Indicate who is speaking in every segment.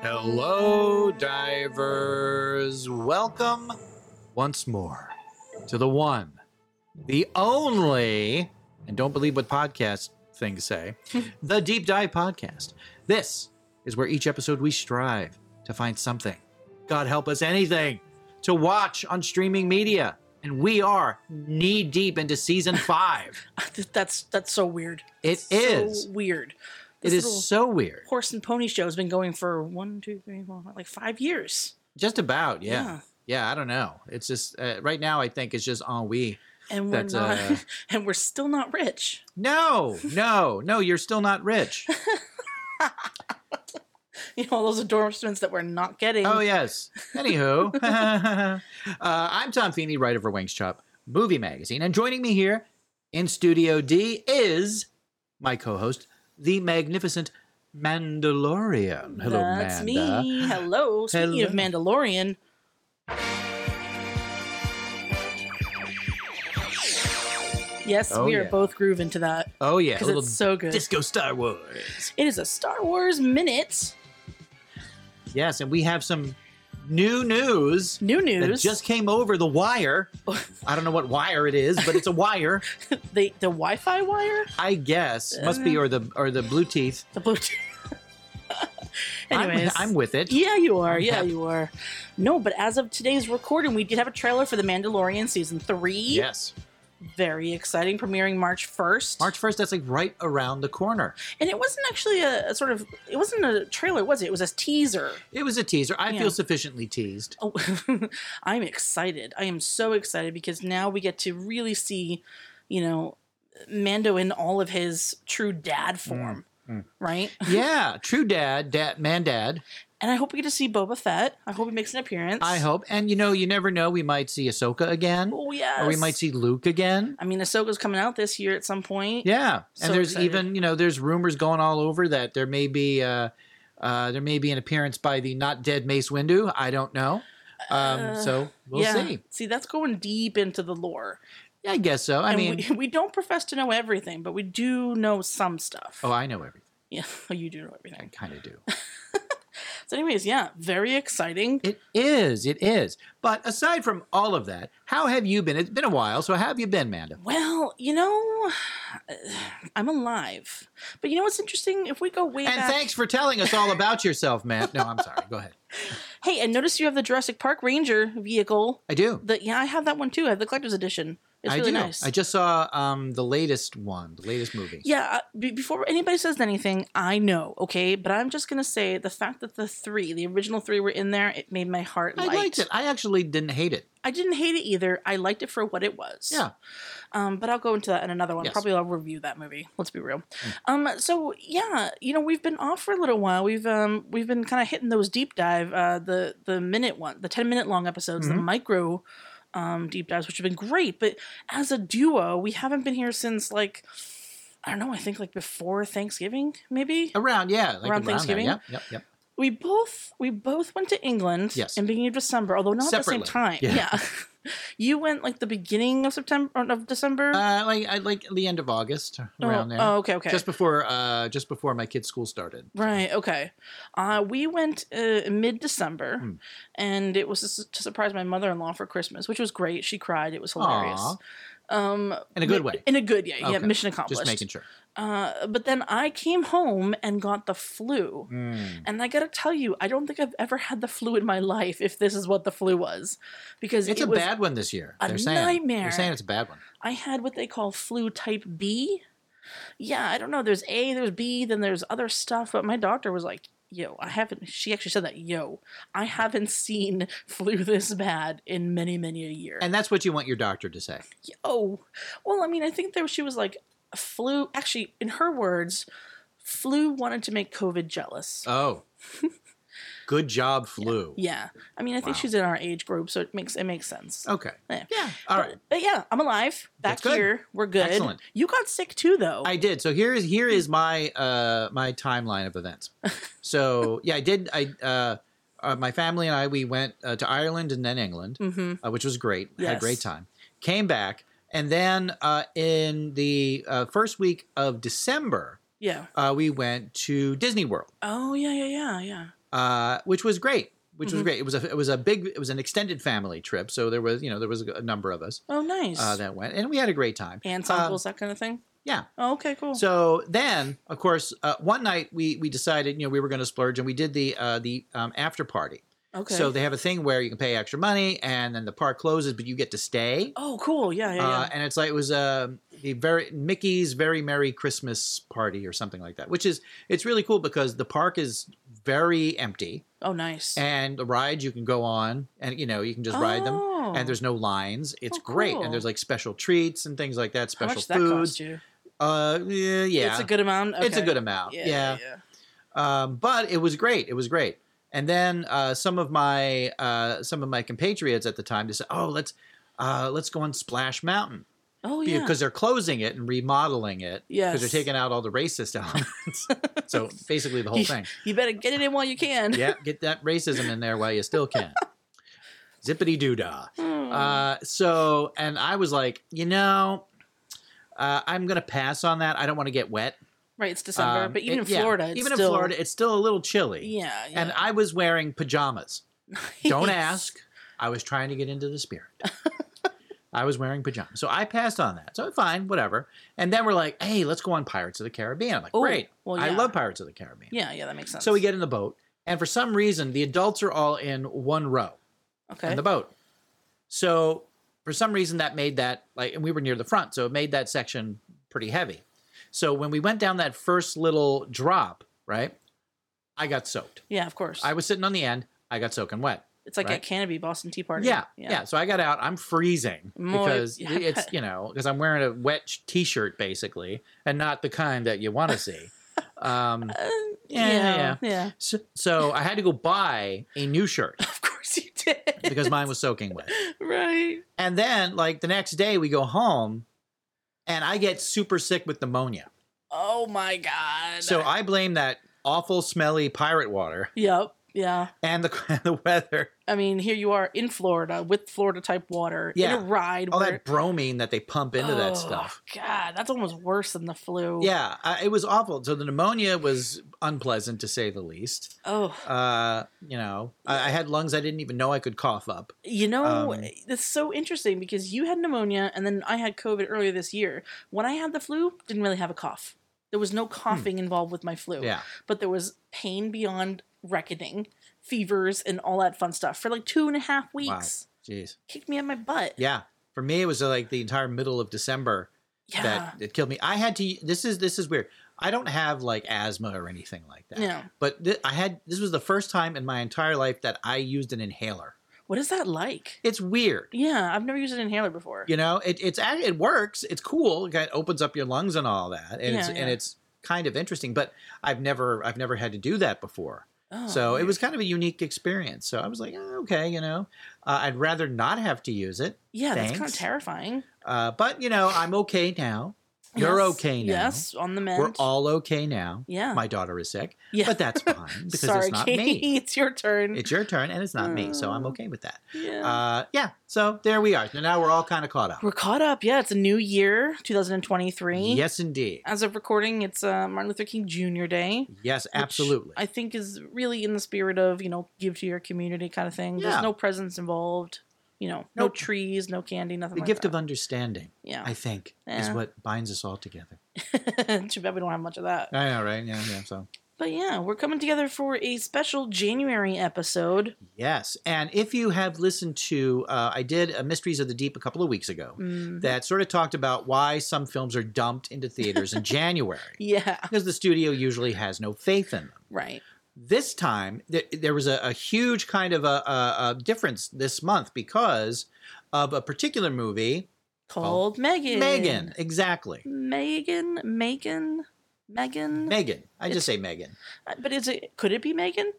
Speaker 1: Hello, divers. Welcome once more to the one, the only, and don't believe what podcast things say, the Deep Dive Podcast. This is where each episode we strive to find something, God help us, anything, to watch on streaming media. And we are knee deep into season five.
Speaker 2: that's that's so weird.
Speaker 1: It
Speaker 2: so
Speaker 1: is.
Speaker 2: weird.
Speaker 1: it
Speaker 2: This
Speaker 1: is
Speaker 2: little
Speaker 1: so weird.
Speaker 2: horse and pony show has been going for one, two, three, four, five, like five years.
Speaker 1: Just about, yeah. yeah.
Speaker 2: Yeah.
Speaker 1: I don't know. It's just uh, right now. I think it's just ennui.
Speaker 2: And we're
Speaker 1: That's,
Speaker 2: not,
Speaker 1: uh,
Speaker 2: and we're still not rich.
Speaker 1: No, no, no. You're still not rich.
Speaker 2: You know, all those endorsements that we're not getting.
Speaker 1: Oh yes. Anywho, uh, I'm Tom Feeney, writer for Wings Chop Movie Magazine, and joining me here in Studio D is my co-host, the magnificent Mandalorian. Hello,
Speaker 2: that's
Speaker 1: Manda.
Speaker 2: me. Hello. Speaking of
Speaker 1: Hello.
Speaker 2: Mandalorian, yes,
Speaker 1: Oh,
Speaker 2: we are
Speaker 1: yeah.
Speaker 2: both grooving to that
Speaker 1: Oh yeah, a
Speaker 2: because
Speaker 1: little
Speaker 2: it's so good.
Speaker 1: disco Star Wars.
Speaker 2: it is a Star Wars minute.
Speaker 1: Yes, and we have some new news.
Speaker 2: New
Speaker 1: that
Speaker 2: news.
Speaker 1: just came over the wire. I don't know what wire it is, but it's a wire,
Speaker 2: the the Wi-Fi wire,
Speaker 1: I guess. Must be or the or the blue teeth.
Speaker 2: the Bluetooth.
Speaker 1: I'm-
Speaker 2: Anyways,
Speaker 1: I'm, with it.
Speaker 2: Yeah, you are.
Speaker 1: I'm
Speaker 2: Yeah,
Speaker 1: happy.
Speaker 2: you are. No, but as of today's recording, we did have a trailer for The Mandalorian season three.
Speaker 1: Yes,
Speaker 2: Very exciting, premiering March first.
Speaker 1: March first. That's like right around the corner.
Speaker 2: and it wasn't actually a, a sort of it wasn't a trailer, was it? It was a teaser.
Speaker 1: It was a teaser. I
Speaker 2: Yeah.
Speaker 1: feel sufficiently teased.
Speaker 2: Oh, I'm excited. I am so excited because now we get to really see, you know, Mando in all of his true
Speaker 1: Mm,
Speaker 2: dad form, right?
Speaker 1: Yeah, true dad, dad, man, dad.
Speaker 2: And I hope we get to see Boba Fett. I hope he makes an appearance.
Speaker 1: I hope. And you know, you never know. We might see Ahsoka again,
Speaker 2: Oh yes.
Speaker 1: or we might see Luke again.
Speaker 2: I mean, Ahsoka's coming out this year at some point.
Speaker 1: Yeah, and
Speaker 2: So
Speaker 1: there's
Speaker 2: excited.
Speaker 1: even you know there's rumors going all over that there may be uh, uh, there may be an appearance by the not dead Mace Windu. I don't know. Um, so we'll
Speaker 2: Uh, yeah.
Speaker 1: see.
Speaker 2: See, that's going deep into the lore.
Speaker 1: Yeah, I guess so. I
Speaker 2: and
Speaker 1: mean,
Speaker 2: we, we don't profess to know everything, but we do know some stuff.
Speaker 1: oh, I know everything.
Speaker 2: Yeah, oh, you do know
Speaker 1: I
Speaker 2: everything.
Speaker 1: kind of do.
Speaker 2: So, anyways, yeah, very exciting.
Speaker 1: it is. It is. But aside from all of that, how have you been? It's been a while. So how have you been, Manda?
Speaker 2: Well, you know, I'm alive. But you know what's interesting? If we go way
Speaker 1: And
Speaker 2: back,
Speaker 1: thanks for telling us all about yourself, man. No, I'm sorry. Go ahead.
Speaker 2: hey, and notice you have the Jurassic Park Ranger vehicle.
Speaker 1: I do.
Speaker 2: The yeah, I have that one too. I have the collector's edition. It's
Speaker 1: I
Speaker 2: really
Speaker 1: do.
Speaker 2: nice.
Speaker 1: I just saw um, the latest one, the latest movie.
Speaker 2: Yeah, uh, be- before anybody says anything, I know, okay? But I'm just going to say the fact that the three, the original three, were in there, it made my heart
Speaker 1: I
Speaker 2: light.
Speaker 1: liked it. I actually didn't hate it.
Speaker 2: I didn't hate it either. I liked it for what it was.
Speaker 1: Yeah.
Speaker 2: Um, but I'll go into that in another one.
Speaker 1: Yes. Mm.
Speaker 2: Probably I'll review that movie. Let's be real. Um, so yeah, you know we've been off for a little while. We've um we've been kind of hitting those deep dive, uh, the the minute one, the ten minute long episodes,
Speaker 1: Mm-hmm.
Speaker 2: the micro. Um, deep dives, which have been great, but as a duo, we haven't been here since like I don't know. I think like before Thanksgiving, maybe.
Speaker 1: Around, yeah. Like
Speaker 2: Around Thanksgiving?
Speaker 1: There. Yep, yep, yep.
Speaker 2: we both we both went to England
Speaker 1: Yes.
Speaker 2: in beginning of December, although not at
Speaker 1: Separately.
Speaker 2: the same time.
Speaker 1: Yeah.
Speaker 2: Yeah. you went like the beginning of September or of December.
Speaker 1: Uh, like I like the end of August around
Speaker 2: oh,
Speaker 1: there.
Speaker 2: oh, okay, okay.
Speaker 1: Just before uh just before my kids' school started.
Speaker 2: Right. Okay. Uh, we went uh, mid December,
Speaker 1: Hmm.
Speaker 2: and it was just to surprise my mother in law for Christmas, which was great. She cried. It was hilarious.
Speaker 1: Aw.
Speaker 2: Um,
Speaker 1: In a good way.
Speaker 2: In a good, yeah, yeah.
Speaker 1: Okay.
Speaker 2: Mission accomplished.
Speaker 1: Just making sure.
Speaker 2: uh, but then I came home and got the flu. And I gotta tell you, I don't think I've ever had the flu in my life. If this is what the flu was, because
Speaker 1: It's
Speaker 2: it
Speaker 1: a
Speaker 2: was,
Speaker 1: bad one this year.
Speaker 2: a
Speaker 1: They're saying
Speaker 2: nightmare.
Speaker 1: They're saying it's a bad one.
Speaker 2: I had what they call flu type B. Yeah, I don't know. There's A, there's B, then there's other stuff. But my doctor was like, yo, I haven't, she actually said that, yo, I haven't seen flu this bad in many, many a year.
Speaker 1: And that's what you want your doctor to say.
Speaker 2: yo, well, I mean, I think there she was like, flu, actually, in her words, flu wanted to make COVID jealous.
Speaker 1: Oh. good job, flu.
Speaker 2: yeah. I mean, I think
Speaker 1: Wow.
Speaker 2: she's in our age group, so it makes, it makes sense.
Speaker 1: Okay.
Speaker 2: Yeah.
Speaker 1: All right.
Speaker 2: But yeah, I'm alive. Back
Speaker 1: That's good.
Speaker 2: here. We're good.
Speaker 1: Excellent.
Speaker 2: You got sick too, though.
Speaker 1: I did. So here is here is
Speaker 2: Mm.
Speaker 1: my uh my timeline of events. So yeah, I did. I uh, uh my family and I we went uh, to Ireland and then England,
Speaker 2: Mm-hmm.
Speaker 1: uh, which was great. Had a
Speaker 2: Yes.
Speaker 1: great time. Came back and then uh, in the uh, first week of December,
Speaker 2: yeah.
Speaker 1: uh, we went to Disney World.
Speaker 2: Oh yeah, yeah, yeah, yeah.
Speaker 1: uh, which was great. Which was
Speaker 2: Mhm.
Speaker 1: great. It was a it was a big it was an extended family trip. So there was you know there was a, a number of us
Speaker 2: Oh, nice.
Speaker 1: uh, that went, and we had a great time.
Speaker 2: Aunts,
Speaker 1: Um,
Speaker 2: uncles, that kind of thing.
Speaker 1: yeah.
Speaker 2: Oh, okay, cool.
Speaker 1: So then, of course, uh, one night we we decided you know we were going to splurge, and we did the uh, the um, after party.
Speaker 2: okay.
Speaker 1: So they have a thing where you can pay extra money, and then the park closes, but you get to stay.
Speaker 2: oh, cool. Yeah, yeah,
Speaker 1: Uh,
Speaker 2: yeah.
Speaker 1: and it's like it was um the very Mickey's Very Merry Christmas Party or something like that, which is it's really cool because the park is very empty,
Speaker 2: oh, nice.
Speaker 1: and the rides you can go on, and you know you can just ride them,
Speaker 2: Oh.
Speaker 1: and there's no lines. It's
Speaker 2: Oh,
Speaker 1: great,
Speaker 2: cool.
Speaker 1: and there's like special treats and things like that,
Speaker 2: How
Speaker 1: special
Speaker 2: much that
Speaker 1: foods.
Speaker 2: cost you?
Speaker 1: Uh, yeah, yeah.
Speaker 2: It's a good amount.
Speaker 1: It's a
Speaker 2: Okay.
Speaker 1: good amount.
Speaker 2: Yeah,
Speaker 1: Yeah.
Speaker 2: yeah.
Speaker 1: Um, but it was great. It was great. And then uh, some of my uh, some of my compatriots at the time just said, "Oh, let's uh, let's go on Splash Mountain
Speaker 2: Oh, yeah.
Speaker 1: because they're closing it and remodeling it because
Speaker 2: Yes.
Speaker 1: they're taking out all the racist elements. so basically, the whole thing.
Speaker 2: you better get it in while you can.
Speaker 1: Yeah, get that racism in there while you still can. Zippity doo dah.
Speaker 2: Hmm.
Speaker 1: Uh, so, and I was like, you know, uh, I'm gonna pass on that. I don't want to get wet.
Speaker 2: right, it's December,
Speaker 1: Um,
Speaker 2: but even
Speaker 1: it-
Speaker 2: in
Speaker 1: yeah,
Speaker 2: Florida, it's
Speaker 1: even
Speaker 2: still,
Speaker 1: in Florida, it's still a little chilly.
Speaker 2: yeah, yeah.
Speaker 1: And I was wearing pajamas. Don't ask. I was trying to get into the spirit. I was wearing pajamas. So I passed on that. So fine, whatever. And then we're like, hey, let's go on Pirates of the Caribbean. I'm like,
Speaker 2: Oh,
Speaker 1: great.
Speaker 2: well,
Speaker 1: I
Speaker 2: yeah.
Speaker 1: love Pirates of the Caribbean.
Speaker 2: Yeah, yeah, that makes sense.
Speaker 1: So we get in the boat. And for some reason, the adults are all in one row
Speaker 2: okay.
Speaker 1: in the boat. So for some reason, that made that, like, and we were near the front. So it made that section pretty heavy. So when we went down that first little drop, right, I got soaked.
Speaker 2: yeah, of course.
Speaker 1: I was sitting on the end. I got soaking wet.
Speaker 2: it's like
Speaker 1: right?
Speaker 2: at Canopy Boston Tea Party.
Speaker 1: Yeah, yeah, So I got out. I'm freezing
Speaker 2: More-
Speaker 1: because
Speaker 2: yeah, I
Speaker 1: it's
Speaker 2: bet.
Speaker 1: you know because I'm wearing a wet sh- t-shirt basically, and not the kind that you want to see. Um,
Speaker 2: Uh,
Speaker 1: Yeah, yeah, yeah.
Speaker 2: yeah.
Speaker 1: so, so I had to go buy a new shirt
Speaker 2: Of course you did.
Speaker 1: because mine was soaking wet.
Speaker 2: right.
Speaker 1: And then like the next day we go home, and I get super sick with pneumonia.
Speaker 2: Oh my god.
Speaker 1: So I blame that awful smelly pirate water
Speaker 2: Yep. Yeah.
Speaker 1: and the and the weather,
Speaker 2: I mean, here you are in Florida with Florida type water
Speaker 1: Yeah.
Speaker 2: in a ride.
Speaker 1: all
Speaker 2: where,
Speaker 1: that bromine that they pump into
Speaker 2: Oh,
Speaker 1: that stuff.
Speaker 2: God, that's almost worse than the flu.
Speaker 1: Yeah, I, it was awful. So the pneumonia was unpleasant to say the least.
Speaker 2: Oh,
Speaker 1: Uh, you know, I, I had lungs I didn't even know I could cough up.
Speaker 2: you know,
Speaker 1: Um,
Speaker 2: it's so interesting because you had pneumonia and then I had COVID earlier this year. When I had the flu, didn't really have a cough. There was no coughing involved with my flu.
Speaker 1: Hmm. Yeah,
Speaker 2: but there was pain beyond reckoning, fevers, and all that fun stuff for like two and a half weeks.
Speaker 1: jeez.
Speaker 2: Kicked me in my butt.
Speaker 1: Yeah, for me it was uh, like the entire middle of December
Speaker 2: Yeah.
Speaker 1: that it killed me. I had to. This is this is weird. I don't have like asthma or anything like that.
Speaker 2: No.
Speaker 1: But th- I had. This was the first time in my entire life that I used an inhaler.
Speaker 2: What is that like?
Speaker 1: It's weird.
Speaker 2: Yeah, I've never used an inhaler before.
Speaker 1: You know, it, it's act- it works. It's cool. It kinda opens up your lungs and all that, and it's
Speaker 2: Yeah,
Speaker 1: and
Speaker 2: yeah.
Speaker 1: it's kind of interesting. But I've never I've never had to do that before.
Speaker 2: Oh,
Speaker 1: so it
Speaker 2: weird.
Speaker 1: was kind of a unique experience. So I was like, "Oh, okay, you know, uh, I'd rather not have to use it.
Speaker 2: Yeah, that's kind of
Speaker 1: thanks.
Speaker 2: terrifying.
Speaker 1: Uh, but you know, I'm okay now. You're
Speaker 2: Yes,
Speaker 1: okay now.
Speaker 2: Yes, on the mend.
Speaker 1: We're all okay now.
Speaker 2: Yeah.
Speaker 1: My daughter is sick,
Speaker 2: yeah.
Speaker 1: but that's fine because
Speaker 2: Sorry,
Speaker 1: it's not
Speaker 2: Katie,
Speaker 1: me.
Speaker 2: it's your turn.
Speaker 1: It's your turn, and it's not me, so I'm
Speaker 2: Oh.
Speaker 1: okay with that.
Speaker 2: yeah.
Speaker 1: Uh, yeah. So there we are. So now we're all kind of caught up.
Speaker 2: We're caught up. Yeah, it's a new year, 2023.
Speaker 1: Yes, indeed.
Speaker 2: As of recording, it's uh, Martin Luther King Jr. Day.
Speaker 1: Yes,
Speaker 2: which
Speaker 1: absolutely.
Speaker 2: I think is really in the spirit of, you know, give to your community kind of thing.
Speaker 1: Yeah.
Speaker 2: There's no presents involved, you know, no
Speaker 1: Nope.
Speaker 2: trees, no candy, nothing
Speaker 1: the
Speaker 2: like
Speaker 1: gift
Speaker 2: that.
Speaker 1: of understanding,
Speaker 2: yeah.
Speaker 1: I think,
Speaker 2: Yeah.
Speaker 1: is what binds us all together.
Speaker 2: Too bad we don't have much of that.
Speaker 1: I know, right? Yeah, yeah. So
Speaker 2: But yeah, we're coming together for a special January episode.
Speaker 1: Yes. And if you have listened to, uh, I did uh Mysteries of the Deep a couple of weeks ago
Speaker 2: Mm.
Speaker 1: that sort of talked about why some films are dumped into theaters in January
Speaker 2: Yeah.
Speaker 1: because the studio usually has no faith in them.
Speaker 2: Right.
Speaker 1: This time, th- there was a, a huge kind of a, a, a difference this month because of a particular movie,
Speaker 2: Called Megan.
Speaker 1: Megan. Exactly.
Speaker 2: Megan. Megan. Megan.
Speaker 1: Megan. I just say Megan.
Speaker 2: Uh, but is it? Could it be Megan?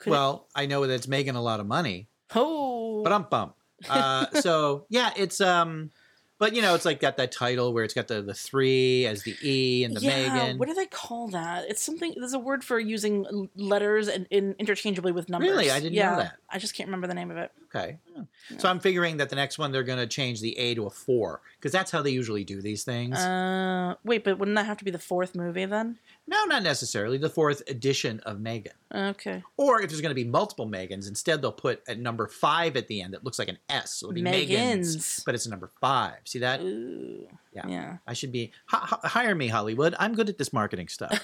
Speaker 2: Could it-
Speaker 1: well, I know that it's Megan a lot of money,
Speaker 2: oh.
Speaker 1: but I'm bummed. Uh, so yeah, it's um, but you know, it's like got that title where it's got the the three as the E and the
Speaker 2: yeah,
Speaker 1: Megan.
Speaker 2: what do they call that? It's something. There's a word for using l- letters and in, interchangeably with numbers.
Speaker 1: Really? I didn't know
Speaker 2: yeah,
Speaker 1: that.
Speaker 2: I just can't remember the name of it.
Speaker 1: Okay. Yeah. So I'm figuring that the next one they're going to change the A to a four because that's how they usually do these things.
Speaker 2: Uh, wait, but wouldn't that have to be the fourth movie then?
Speaker 1: no, not necessarily. The fourth edition of Megan.
Speaker 2: Okay.
Speaker 1: Or if there's going to be multiple Megans, instead they'll put a number five at the end that looks like an S. So it'll be Megans,
Speaker 2: Megans.
Speaker 1: but it's a number five. See that?
Speaker 2: Ooh.
Speaker 1: Yeah.
Speaker 2: Yeah.
Speaker 1: I should be hi- hi- hire me, Hollywood. I'm good at this marketing stuff.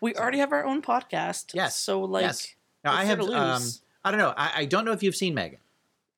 Speaker 2: we already have our own podcast.
Speaker 1: Yes.
Speaker 2: So like,
Speaker 1: Yes. Now
Speaker 2: what's
Speaker 1: I
Speaker 2: there
Speaker 1: have.
Speaker 2: to
Speaker 1: Um,
Speaker 2: lose?
Speaker 1: I don't know. I, I don't know if you've seen Megan.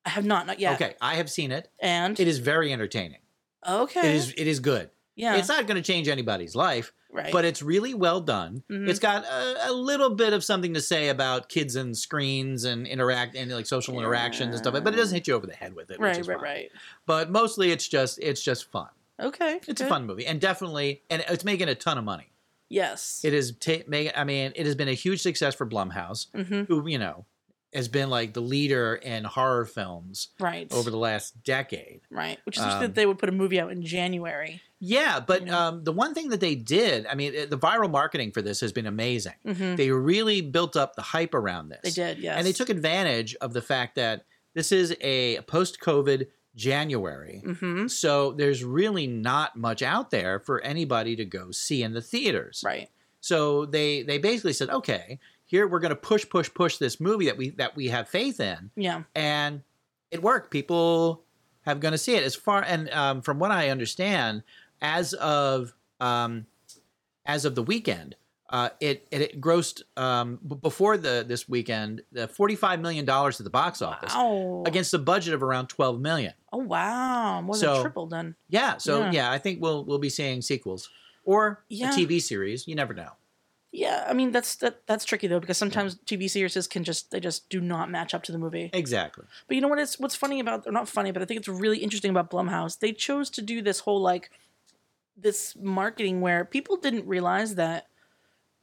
Speaker 2: I have not not yet.
Speaker 1: Okay, I have seen it.
Speaker 2: And
Speaker 1: It is very entertaining.
Speaker 2: okay.
Speaker 1: It is. It is good.
Speaker 2: yeah.
Speaker 1: It's not going to change anybody's life,
Speaker 2: right.
Speaker 1: but it's really well done.
Speaker 2: Mhm.
Speaker 1: It's got a, a little bit of something to say about kids and screens and interact and like social interactions and stuff, but it doesn't hit you over the head with it. which
Speaker 2: right.
Speaker 1: is
Speaker 2: Right.
Speaker 1: fine.
Speaker 2: Right.
Speaker 1: But mostly, it's just it's just fun.
Speaker 2: Okay.
Speaker 1: It's a
Speaker 2: good.
Speaker 1: fun movie, and definitely, and it's making a ton of money.
Speaker 2: Yes.
Speaker 1: It is ta- making. I mean, it has been a huge success for Blumhouse,
Speaker 2: mm-hmm.
Speaker 1: who you know has been like the leader in horror films
Speaker 2: Right.
Speaker 1: over the last decade.
Speaker 2: right. Which is interesting
Speaker 1: um,
Speaker 2: that they would put a movie out in January.
Speaker 1: Yeah, but
Speaker 2: Yeah.
Speaker 1: um, the one thing that they did, I mean, it- the viral marketing for this has been amazing.
Speaker 2: Mm-hmm.
Speaker 1: They really built up the hype around this.
Speaker 2: They did. Yes.
Speaker 1: And they took advantage of the fact that this is a post COVID January.
Speaker 2: Mm-hmm.
Speaker 1: So there's really not much out there for anybody to go see in the theaters.
Speaker 2: Right.
Speaker 1: So they they basically said, okay, here we're going to push push push this movie that we that we have faith in,
Speaker 2: Yeah.
Speaker 1: and it worked. People have going to see it as far and um, from what I understand, as of um, as of the weekend, uh, it, it it grossed um, b- before the this weekend the forty five million dollars at the box office
Speaker 2: Wow.
Speaker 1: against a budget of around twelve million.
Speaker 2: Oh wow. More
Speaker 1: So-
Speaker 2: than triple then.
Speaker 1: Yeah, so yeah.
Speaker 2: Yeah.
Speaker 1: I think we'll we'll be seeing sequels or
Speaker 2: Yeah.
Speaker 1: a TV series. You never know.
Speaker 2: Yeah. I mean that's that, that's tricky though because sometimes TV series can just they just do not match up to the movie.
Speaker 1: Exactly.
Speaker 2: But you know what? It's what's funny about, or not funny, but I think it's really interesting about Blumhouse. They chose to do this whole like this marketing where people didn't realize that.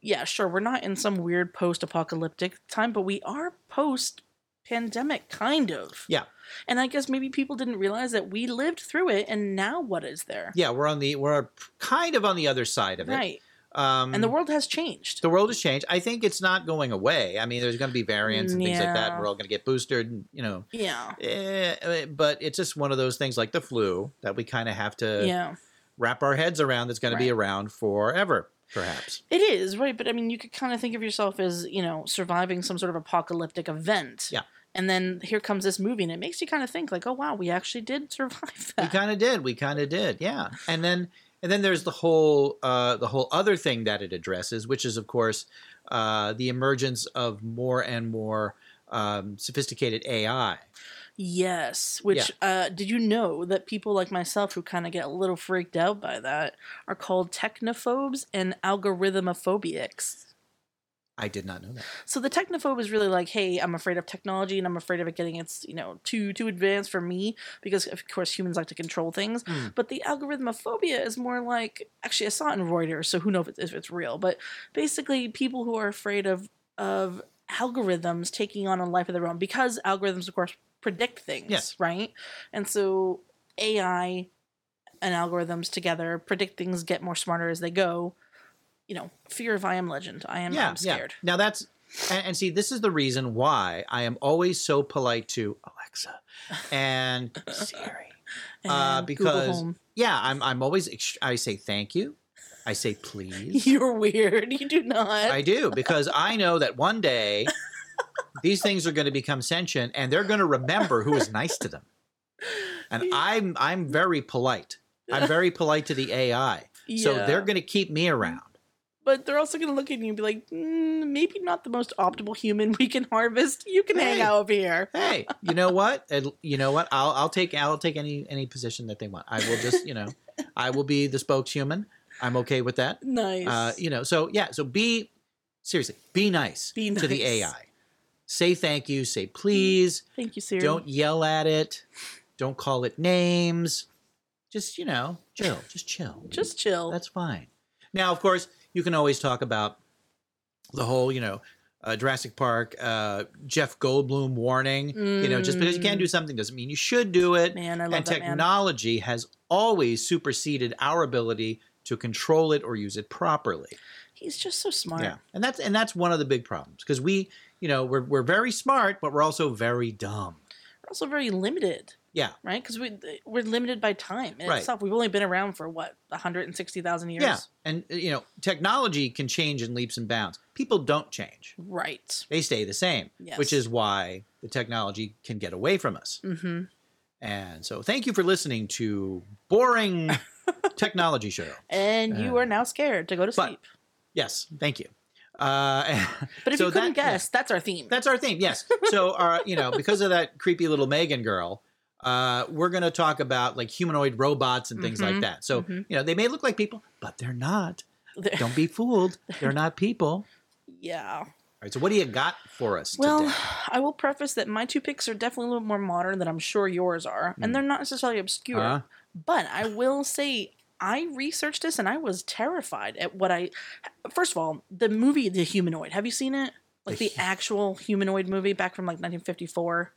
Speaker 2: Yeah, sure, we're not in some weird post-apocalyptic time, but we are post-pandemic, kind of.
Speaker 1: Yeah.
Speaker 2: And I guess maybe people didn't realize that we lived through it, and now what is there?
Speaker 1: Yeah, we're on the we're kind of on the other side of it.
Speaker 2: Right.
Speaker 1: Um,
Speaker 2: And the world has changed.
Speaker 1: the world has changed. I think it's not going away. I mean, there's going to be variants and things like that.
Speaker 2: Yeah.
Speaker 1: We're all going to get boosted, and, you know.
Speaker 2: Yeah.
Speaker 1: eh, eh, but it's just one of those things like the flu that we kind of have to
Speaker 2: yeah.
Speaker 1: wrap our heads around. That's going to be
Speaker 2: Right.
Speaker 1: around forever, perhaps.
Speaker 2: It is, right? But I mean, you could kind of think of yourself as, you know, surviving some sort of apocalyptic event.
Speaker 1: Yeah.
Speaker 2: And then here comes this movie, and it makes you kind of think, like, oh, wow, we actually did survive
Speaker 1: we
Speaker 2: that.
Speaker 1: kind of did. We kind of did. Yeah. And then and then there's the whole uh, the whole other thing that it addresses, which is of course uh, the emergence of more and more um, sophisticated AI.
Speaker 2: yes. Which, uh, did you know that people like myself who kind of get a little freaked out by that are called technophobes and algorithmophobics?
Speaker 1: I did not know that.
Speaker 2: So the technophobe is really like, hey, I'm afraid of technology and I'm afraid of it getting it's you know too too advanced for me because of course humans like to control things.
Speaker 1: Mm.
Speaker 2: But the algorithmophobia is more like actually I saw it in Reuters, so who knows if it's, if it's real? But basically, people who are afraid of of algorithms taking on a life of their own because algorithms, of course, predict things,
Speaker 1: Yes.
Speaker 2: right? And so AI and algorithms together predict things, get more smarter as they go. You know, fear of I am legend. I am I'm scared.
Speaker 1: Now that's and, and see, this is the reason why I am always so polite to Alexa and Siri. Uh,
Speaker 2: and Google
Speaker 1: because-
Speaker 2: Home.
Speaker 1: Yeah, I'm I'm always ext- I say thank you, I say please.
Speaker 2: you're weird. You do not.
Speaker 1: I do because I know that one day these things are going to become sentient and they're going to remember who is nice to them. And I'm I'm very polite. I'm very polite to the AI. So
Speaker 2: Yeah.
Speaker 1: they're going to keep me around.
Speaker 2: but they're also gonna look at you and be like, mm, maybe not the most optimal human we can harvest. You can hang
Speaker 1: Hey.
Speaker 2: out over here.
Speaker 1: hey, you know what? And you know what? I'll I'll take I'll take any any position that they want. I will just you know, I will be the spokeshuman. I'm okay with that.
Speaker 2: Nice.
Speaker 1: Uh, you know, so yeah, so be seriously, be nice,
Speaker 2: Be
Speaker 1: to the
Speaker 2: nice.
Speaker 1: AI. Say thank you. Say please.
Speaker 2: Thank you, Siri.
Speaker 1: Don't yell at it. Don't call it names. Just you know, chill. Just chill.
Speaker 2: just chill.
Speaker 1: That's fine. Now, of course, you can always talk about the whole, you know, uh, Jurassic Park, uh, Jeff Goldblum warning. You know, just because you can do something doesn't mean you should do it.
Speaker 2: Mm. man, I love
Speaker 1: and
Speaker 2: that man.
Speaker 1: technology has always superseded our ability to control it or use it properly.
Speaker 2: He's just so smart.
Speaker 1: Yeah, and that's and that's one of the big problems because we, you know, we're we're very smart, but we're also very dumb.
Speaker 2: also very limited,
Speaker 1: Yeah.
Speaker 2: right? Because we we're limited by time in
Speaker 1: Right.
Speaker 2: itself. We've only been around for what 160,000 years,
Speaker 1: Yeah. And, uh, you know, technology can change in leaps and bounds. People don't change,
Speaker 2: right?
Speaker 1: they stay the same,
Speaker 2: Yes.
Speaker 1: which is why the technology can get away from us.
Speaker 2: Mm-hmm.
Speaker 1: And so, thank you for listening to Boring Technology Show.
Speaker 2: And you are now scared to go to
Speaker 1: Uh. But-
Speaker 2: sleep.
Speaker 1: Yes. Thank you. Uh,
Speaker 2: But if
Speaker 1: so
Speaker 2: you couldn't
Speaker 1: that- yeah.
Speaker 2: guess, that's our theme.
Speaker 1: That's our theme, yes. So, uh, you know, because of that creepy little Megan girl, uh, we're going to talk about like humanoid robots and things like
Speaker 2: Mhm,
Speaker 1: that. So,
Speaker 2: mhm.
Speaker 1: you know, they may look like people, but they're not. Don't be fooled. They're not people. All
Speaker 2: yeah.
Speaker 1: right. So, what do you got for us
Speaker 2: Well,
Speaker 1: today?
Speaker 2: I will preface that my two picks are definitely a little bit more modern than I'm sure yours are,
Speaker 1: Hmm. Uh-huh.
Speaker 2: and they're not necessarily obscure.
Speaker 1: Huh?
Speaker 2: But I will say I researched this and I was terrified at what I First of all, the movie The Humanoid. Have you seen it? Like
Speaker 1: The
Speaker 2: the actual humanoid movie back from like 1954.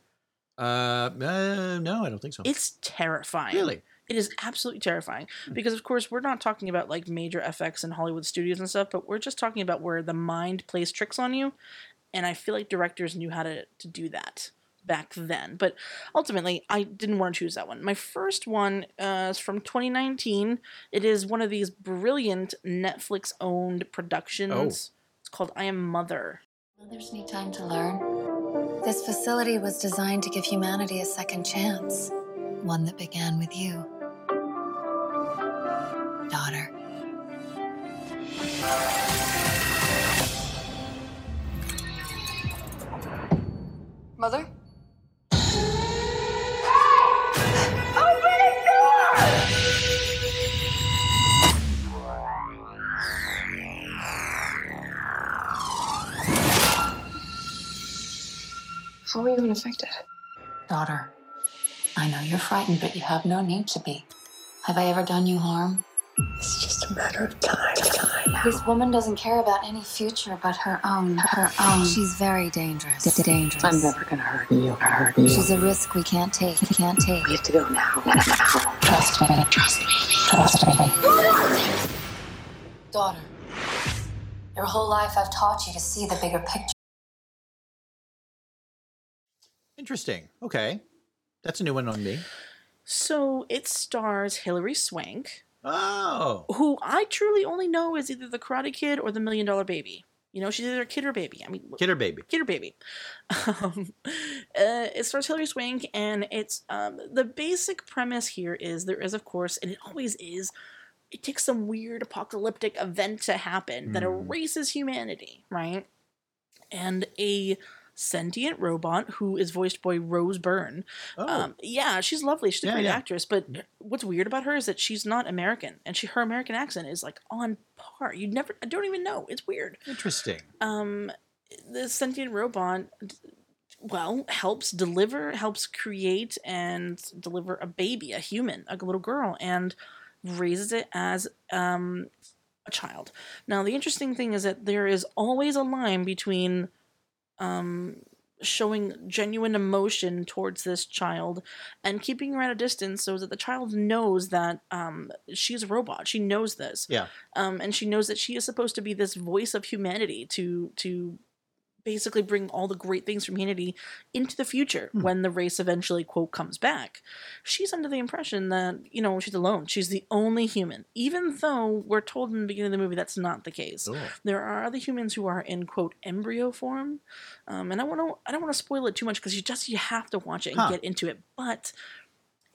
Speaker 1: Uh, uh, no, I don't think so.
Speaker 2: It's terrifying.
Speaker 1: really?
Speaker 2: It is absolutely terrifying because, of course, we're not talking about like major FX and Hollywood studios and stuff, but we're just talking about where the mind plays tricks on you. And I feel like directors knew how to, to do that back then. But ultimately, I didn't want to choose that one. My first one uh, is from 2019. It is one of these brilliant Netflix owned productions. It's called I Am Mother.
Speaker 3: Mothers need time to learn. This facility was designed to give humanity a second chance, one that began with you, daughter. Mother?
Speaker 4: How are you unaffected?
Speaker 3: Daughter. I know you're frightened, but you have no need to be. Have I ever done you harm?
Speaker 4: It's just a matter of time. time.
Speaker 3: This woman doesn't care about any future but her own. Her own. She's very dangerous. dangerous.
Speaker 4: I'm never gonna hurt you. Hurt you.
Speaker 3: She's a risk we can't take. We can't take.
Speaker 4: we have to go now. Trust me. Trust me. Trust me.
Speaker 3: Daughter, your whole life I've taught you to see the bigger picture.
Speaker 1: Interesting. Okay. That's a new one on me.
Speaker 2: So it stars Hilary Swank,
Speaker 1: Oh.
Speaker 2: who I truly only know is either the Karate Kid or the Million Dollar Baby. You know, she's either a kid or baby. I mean, kid,
Speaker 1: Kidder baby.
Speaker 2: kid or baby. Um, uh, it stars Hilary Swank, and it's um, the basic premise here is there is, of course, and it always is. It takes some weird apocalyptic event to happen that
Speaker 1: Mm.
Speaker 2: erases humanity, right? And a sentient robot who is voiced by Rose Byrne
Speaker 1: Oh.
Speaker 2: um, yeah, she's lovely. She's a
Speaker 1: Yeah,
Speaker 2: great
Speaker 1: yeah.
Speaker 2: actress. But what's weird about her is that she's not American, and she her American accent is like on par. You never, I don't even know. It's weird.
Speaker 1: Interesting.
Speaker 2: Um, the sentient robot, well, helps deliver, helps create, and deliver a baby, a human, a little girl, and raises it as um, a child. Now, the interesting thing is that there is always a line between um, showing genuine emotion towards this child and keeping her at a distance so that the child knows that um, she's a robot. She knows this.
Speaker 1: Yeah.
Speaker 2: Um, and she knows that she is supposed to be this voice of humanity to to basically bring all the great things from humanity into the future
Speaker 1: Hmm.
Speaker 2: when the race eventually quote comes back she's under the impression that you know she's alone she's the only human even though we're told in the beginning of the movie that's not the case
Speaker 1: Oh.
Speaker 2: there are other humans who are in quote embryo form, um, and I want to I don't want to spoil it too much because you just you have to watch it and
Speaker 1: Huh.
Speaker 2: get into it. But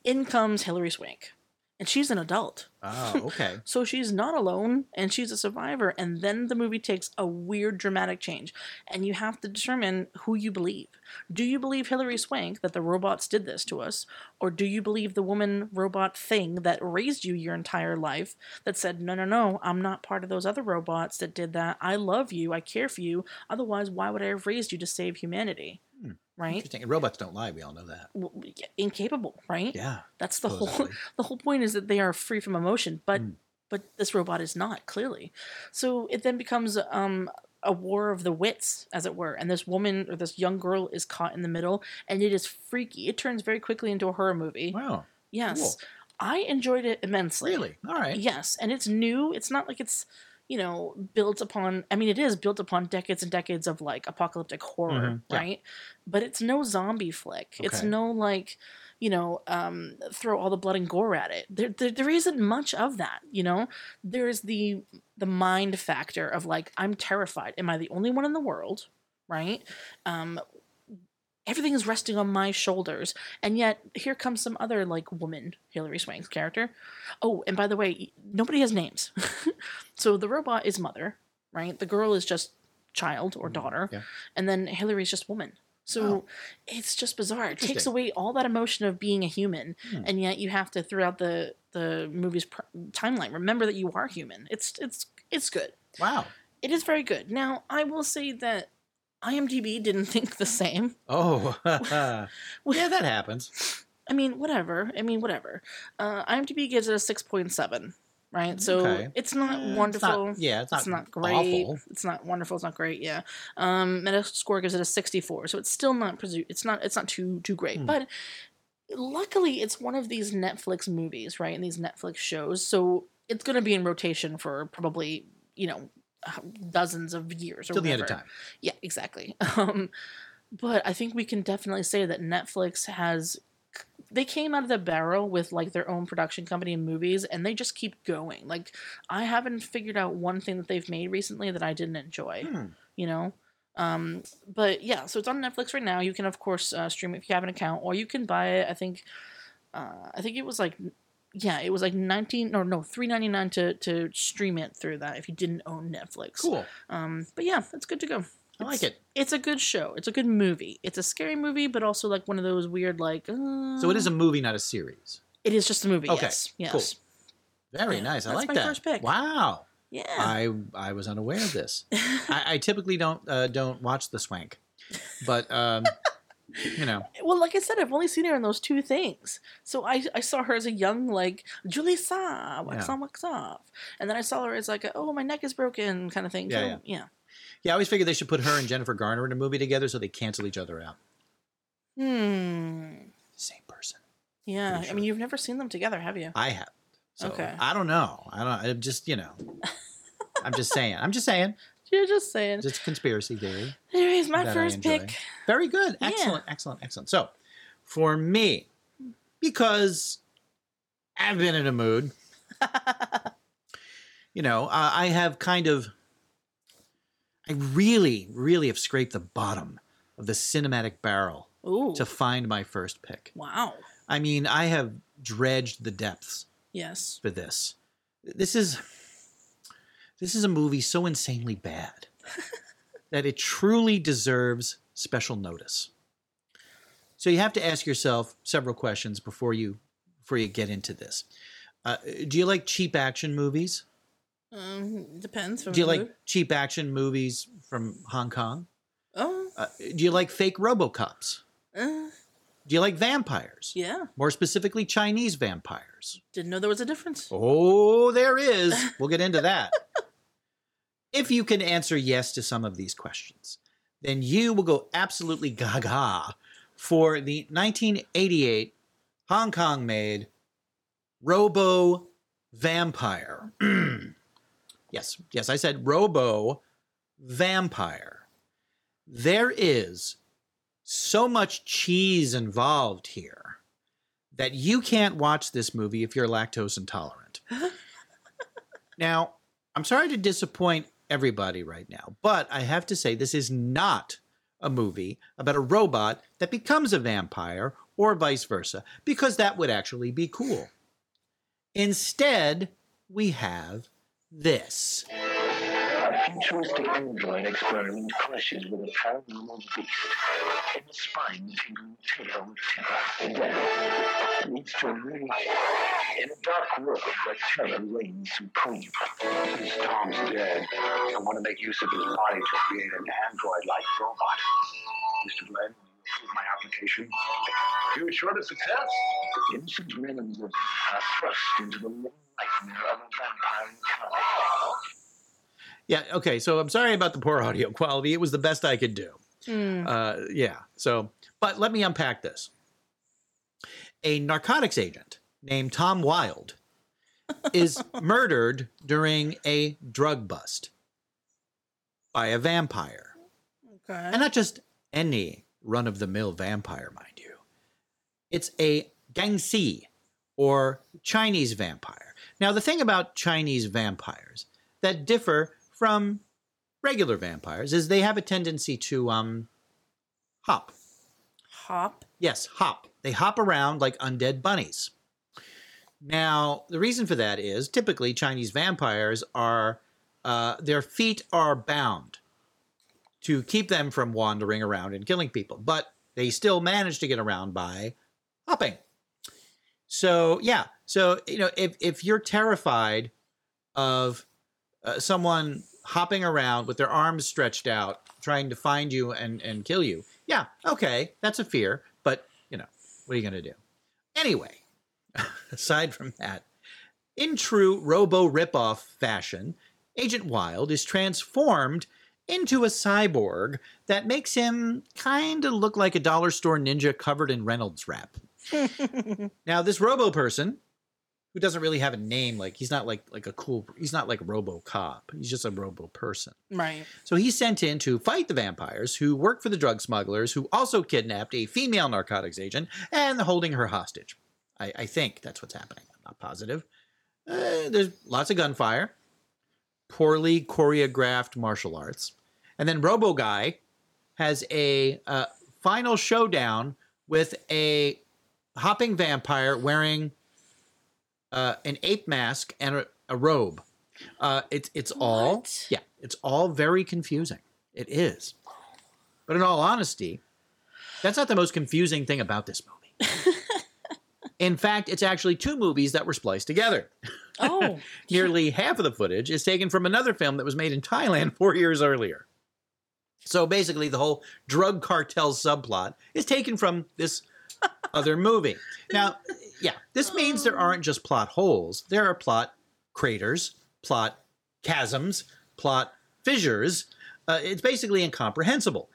Speaker 2: in comes Hilary Swank, and she's an adult,
Speaker 1: Oh, okay.
Speaker 2: so she's not alone, and she's a survivor. And then the movie takes a weird dramatic change, and you have to determine who you believe. Do you believe Hilary Swank that the robots did this to us, or do you believe the woman robot thing that raised you your entire life that said, no, no, no, I'm not part of those other robots that did that. I love you. I care for you. Otherwise, why would I have raised you to save humanity?
Speaker 1: Hmm.
Speaker 2: Right?
Speaker 1: Interesting. And robots don't lie. We all know that.
Speaker 2: Well, yeah, Incapable, right?
Speaker 1: Yeah.
Speaker 2: That's the whole
Speaker 1: supposedly.
Speaker 2: the whole point is that they are free from emotion, but
Speaker 1: Mm.
Speaker 2: but this robot is not clearly. So it then becomes um, a war of the wits, as it were, and this woman or this young girl is caught in the middle, and it is freaky. It turns very quickly into a horror movie.
Speaker 1: Wow.
Speaker 2: Yes,
Speaker 1: Cool.
Speaker 2: I enjoyed it immensely.
Speaker 1: Really? All right.
Speaker 2: Yes, and it's new. It's not like it's you know, built upon. I mean, it is built upon decades and decades of like apocalyptic horror,
Speaker 1: Mhm, yeah.
Speaker 2: right? But it's no zombie flick. It's
Speaker 1: Okay.
Speaker 2: no like, you know, um, throw all the blood and gore at it. There, there, there isn't much of that. You know, there is the the mind factor of like, I'm terrified. Am I the only one in the world? Right? Um, everything is resting on my shoulders, and yet here comes some other like woman, Hillary Swank's character. Oh, and by the way, nobody has names. so the robot is mother, right? The girl is just child or daughter,
Speaker 1: Mm, yeah.
Speaker 2: and then Hillary is just woman. So
Speaker 1: Oh.
Speaker 2: it's just bizarre. It takes
Speaker 1: Interesting.
Speaker 2: away all that emotion of being a human,
Speaker 1: Hmm.
Speaker 2: and yet you have to throughout the the movie's pr- timeline remember that you are human. It's it's it's good.
Speaker 1: Wow.
Speaker 2: It is very good. Now I will say that IMDb didn't think the same.
Speaker 1: Oh. yeah, that happens.
Speaker 2: I mean, whatever. I mean, whatever. Uh, IMDb gives it a six point seven, right? So
Speaker 1: Okay.
Speaker 2: it's not
Speaker 1: Eh, it's not-
Speaker 2: wonderful.
Speaker 1: yeah, it's not,
Speaker 2: it's not great.
Speaker 1: awful.
Speaker 2: It's not wonderful. It's not great. Yeah. Um, Metascore gives it a sixty-four, so it's still not presu- It's not. It's not too too great.
Speaker 1: Hmm.
Speaker 2: But luckily, it's one of these Netflix movies, right? And these Netflix shows, so it's going to be in rotation for probably you know dozens of years or
Speaker 1: Till the end
Speaker 2: whatever.
Speaker 1: of time.
Speaker 2: Yeah, exactly. Um, but I think we can definitely say that Netflix has they came out of the barrel with like their own production company and movies and they just keep going. Like I haven't figured out one thing that they've made recently that I didn't enjoy,
Speaker 1: Hmm.
Speaker 2: you know? Um, but yeah, so it's on Netflix right now. You can of course uh, stream it if you have an account or you can buy it. I think uh, I think it was like yeah, it was like 19 or no, 3.99 to to stream it through that if you didn't own Netflix.
Speaker 1: Cool.
Speaker 2: Um, but yeah, it's good to go.
Speaker 1: I like
Speaker 2: It's-
Speaker 1: it.
Speaker 2: It's a good show. It's a good movie. It's a scary movie, but also like one of those weird like. Uh,
Speaker 1: So it is a movie, not a series.
Speaker 2: It is just a movie.
Speaker 1: Okay,
Speaker 2: Yes. Yes.
Speaker 1: cool. Very
Speaker 2: Yeah,
Speaker 1: nice. I
Speaker 2: that's
Speaker 1: like
Speaker 2: my
Speaker 1: that.
Speaker 2: first pick.
Speaker 1: Wow.
Speaker 2: Yeah.
Speaker 1: I I was unaware of this. I, I typically don't uh, don't watch the swank, but um, you know,
Speaker 2: well, like I said, I've only seen her in those two things. So I, I saw her as a young like Julie Sa wax
Speaker 1: Yeah.
Speaker 2: on wax off, and then I saw her as like a, oh my neck is broken kind of thing.
Speaker 1: Yeah,
Speaker 2: so,
Speaker 1: yeah.
Speaker 2: yeah.
Speaker 1: yeah, I always figured they should put her and Jennifer Garner in a movie together so they cancel each other out.
Speaker 2: Hmm.
Speaker 1: Same person.
Speaker 2: Yeah.
Speaker 1: Pretty
Speaker 2: I
Speaker 1: sure.
Speaker 2: mean, you've never seen them together, have you?
Speaker 1: I have. So
Speaker 2: Okay.
Speaker 1: I don't know. I don't. I'm just you know. I'm just saying. I'm just saying.
Speaker 2: You're just saying.
Speaker 1: It's a conspiracy theory.
Speaker 2: Anyways, my
Speaker 1: that I
Speaker 2: first
Speaker 1: enjoy.
Speaker 2: pick.
Speaker 1: Very good.
Speaker 2: Yeah.
Speaker 1: Excellent. Excellent. Excellent. So for me, because I've been in a mood. you know, uh, I have kind of, I really, really have scraped the bottom of the cinematic barrel
Speaker 2: Ooh.
Speaker 1: to find my first pick.
Speaker 2: wow.
Speaker 1: I mean, I have dredged the depths
Speaker 2: Yes.
Speaker 1: for this. This is, this is a movie so insanely bad that it truly deserves special notice. So you have to ask yourself several questions before you, before you get into this. Uh, do you like cheap action movies?
Speaker 2: Um, depends. from
Speaker 1: Do you
Speaker 2: the
Speaker 1: like
Speaker 2: mood.
Speaker 1: cheap action movies from Hong Kong?
Speaker 2: Oh.
Speaker 1: Uh, do you like fake RoboCops?
Speaker 2: Uh,
Speaker 1: Do you like vampires?
Speaker 2: yeah.
Speaker 1: More specifically, Chinese vampires.
Speaker 2: Didn't know there was a difference.
Speaker 1: Oh, there is. We'll get into that. if you can answer yes to some of these questions, then you will go absolutely gaga for the 1988 Hong Kong made Robo Vampire. yes, yes, I said Robo Vampire. There is so much cheese involved here that you can't watch this movie if you're lactose intolerant. now, I'm sorry to disappoint everybody right now, but I have to say this is not a movie about a robot that becomes a vampire or vice versa, because that would actually be cool. Instead, we have this.
Speaker 5: A futuristic android experiment clashes with a paranormal beast in a spine-tingling tale of terror and death. It leads to a new life in a dark world where terror reigns supreme.
Speaker 6: Since Tom's dead, I want to make use of his body to create an android-like robot. Mr. Glenn, will you approve my application? You assured a success.
Speaker 5: Innocent men and women are thrust into the long nightmare of a vampire incarnate.
Speaker 1: Yeah, okay, so I'm sorry about the poor audio quality. It was the best I could do.
Speaker 2: Hmm.
Speaker 1: Uh, yeah. So, but let me unpack this. A narcotics agent named Tom Wilde is murdered during a drug bust by a vampire.
Speaker 2: Okay.
Speaker 1: And not just any run of the mill vampire, mind you. It's a Gangxi or Chinese vampire. Now, the thing about Chinese vampires that differ from regular vampires is they have a tendency to um, hop.
Speaker 2: Hop.
Speaker 1: Yes, hop. They hop around like undead bunnies. Now, the reason for that is typically Chinese vampires are uh, their feet are bound to keep them from wandering around and killing people, but they still manage to get around by hopping. So yeah, so you know if if you're terrified of uh, someone hopping around with their arms stretched out trying to find you and and kill you, yeah, okay, that's a fear, but you know what are you gonna do? Anyway, aside from that, in true robo ripoff fashion, Agent Wild is transformed into a cyborg that makes him kind of look like a dollar store ninja covered in Reynolds wrap. now, this robo person, who doesn't really have a name, like he's not like like a cool, he's not like Robo Cop. He's just a robo person.
Speaker 2: Right.
Speaker 1: So he's sent in to fight the vampires who work for the drug smugglers who also kidnapped a female narcotics agent and holding her hostage. I, I think that's what's happening. I'm not positive. Uh, there's lots of gunfire, poorly choreographed martial arts, and then Robo Guy has a uh, final showdown with a hopping vampire wearing uh, an ape mask and a, a robe. Uh, it's it's all
Speaker 2: What?
Speaker 1: yeah, it's all very confusing. It is, but in all honesty, that's not the most confusing thing about this movie. in fact, it's actually two movies that were spliced together.
Speaker 2: Oh.
Speaker 1: Nearly half of the footage is taken from another film that was made in Thailand four years earlier. So basically, the whole drug cartel subplot is taken from this other movie. Now, yeah, this means there aren't just plot holes, there are plot craters, plot chasms, plot fissures. Uh, it's basically incomprehensible.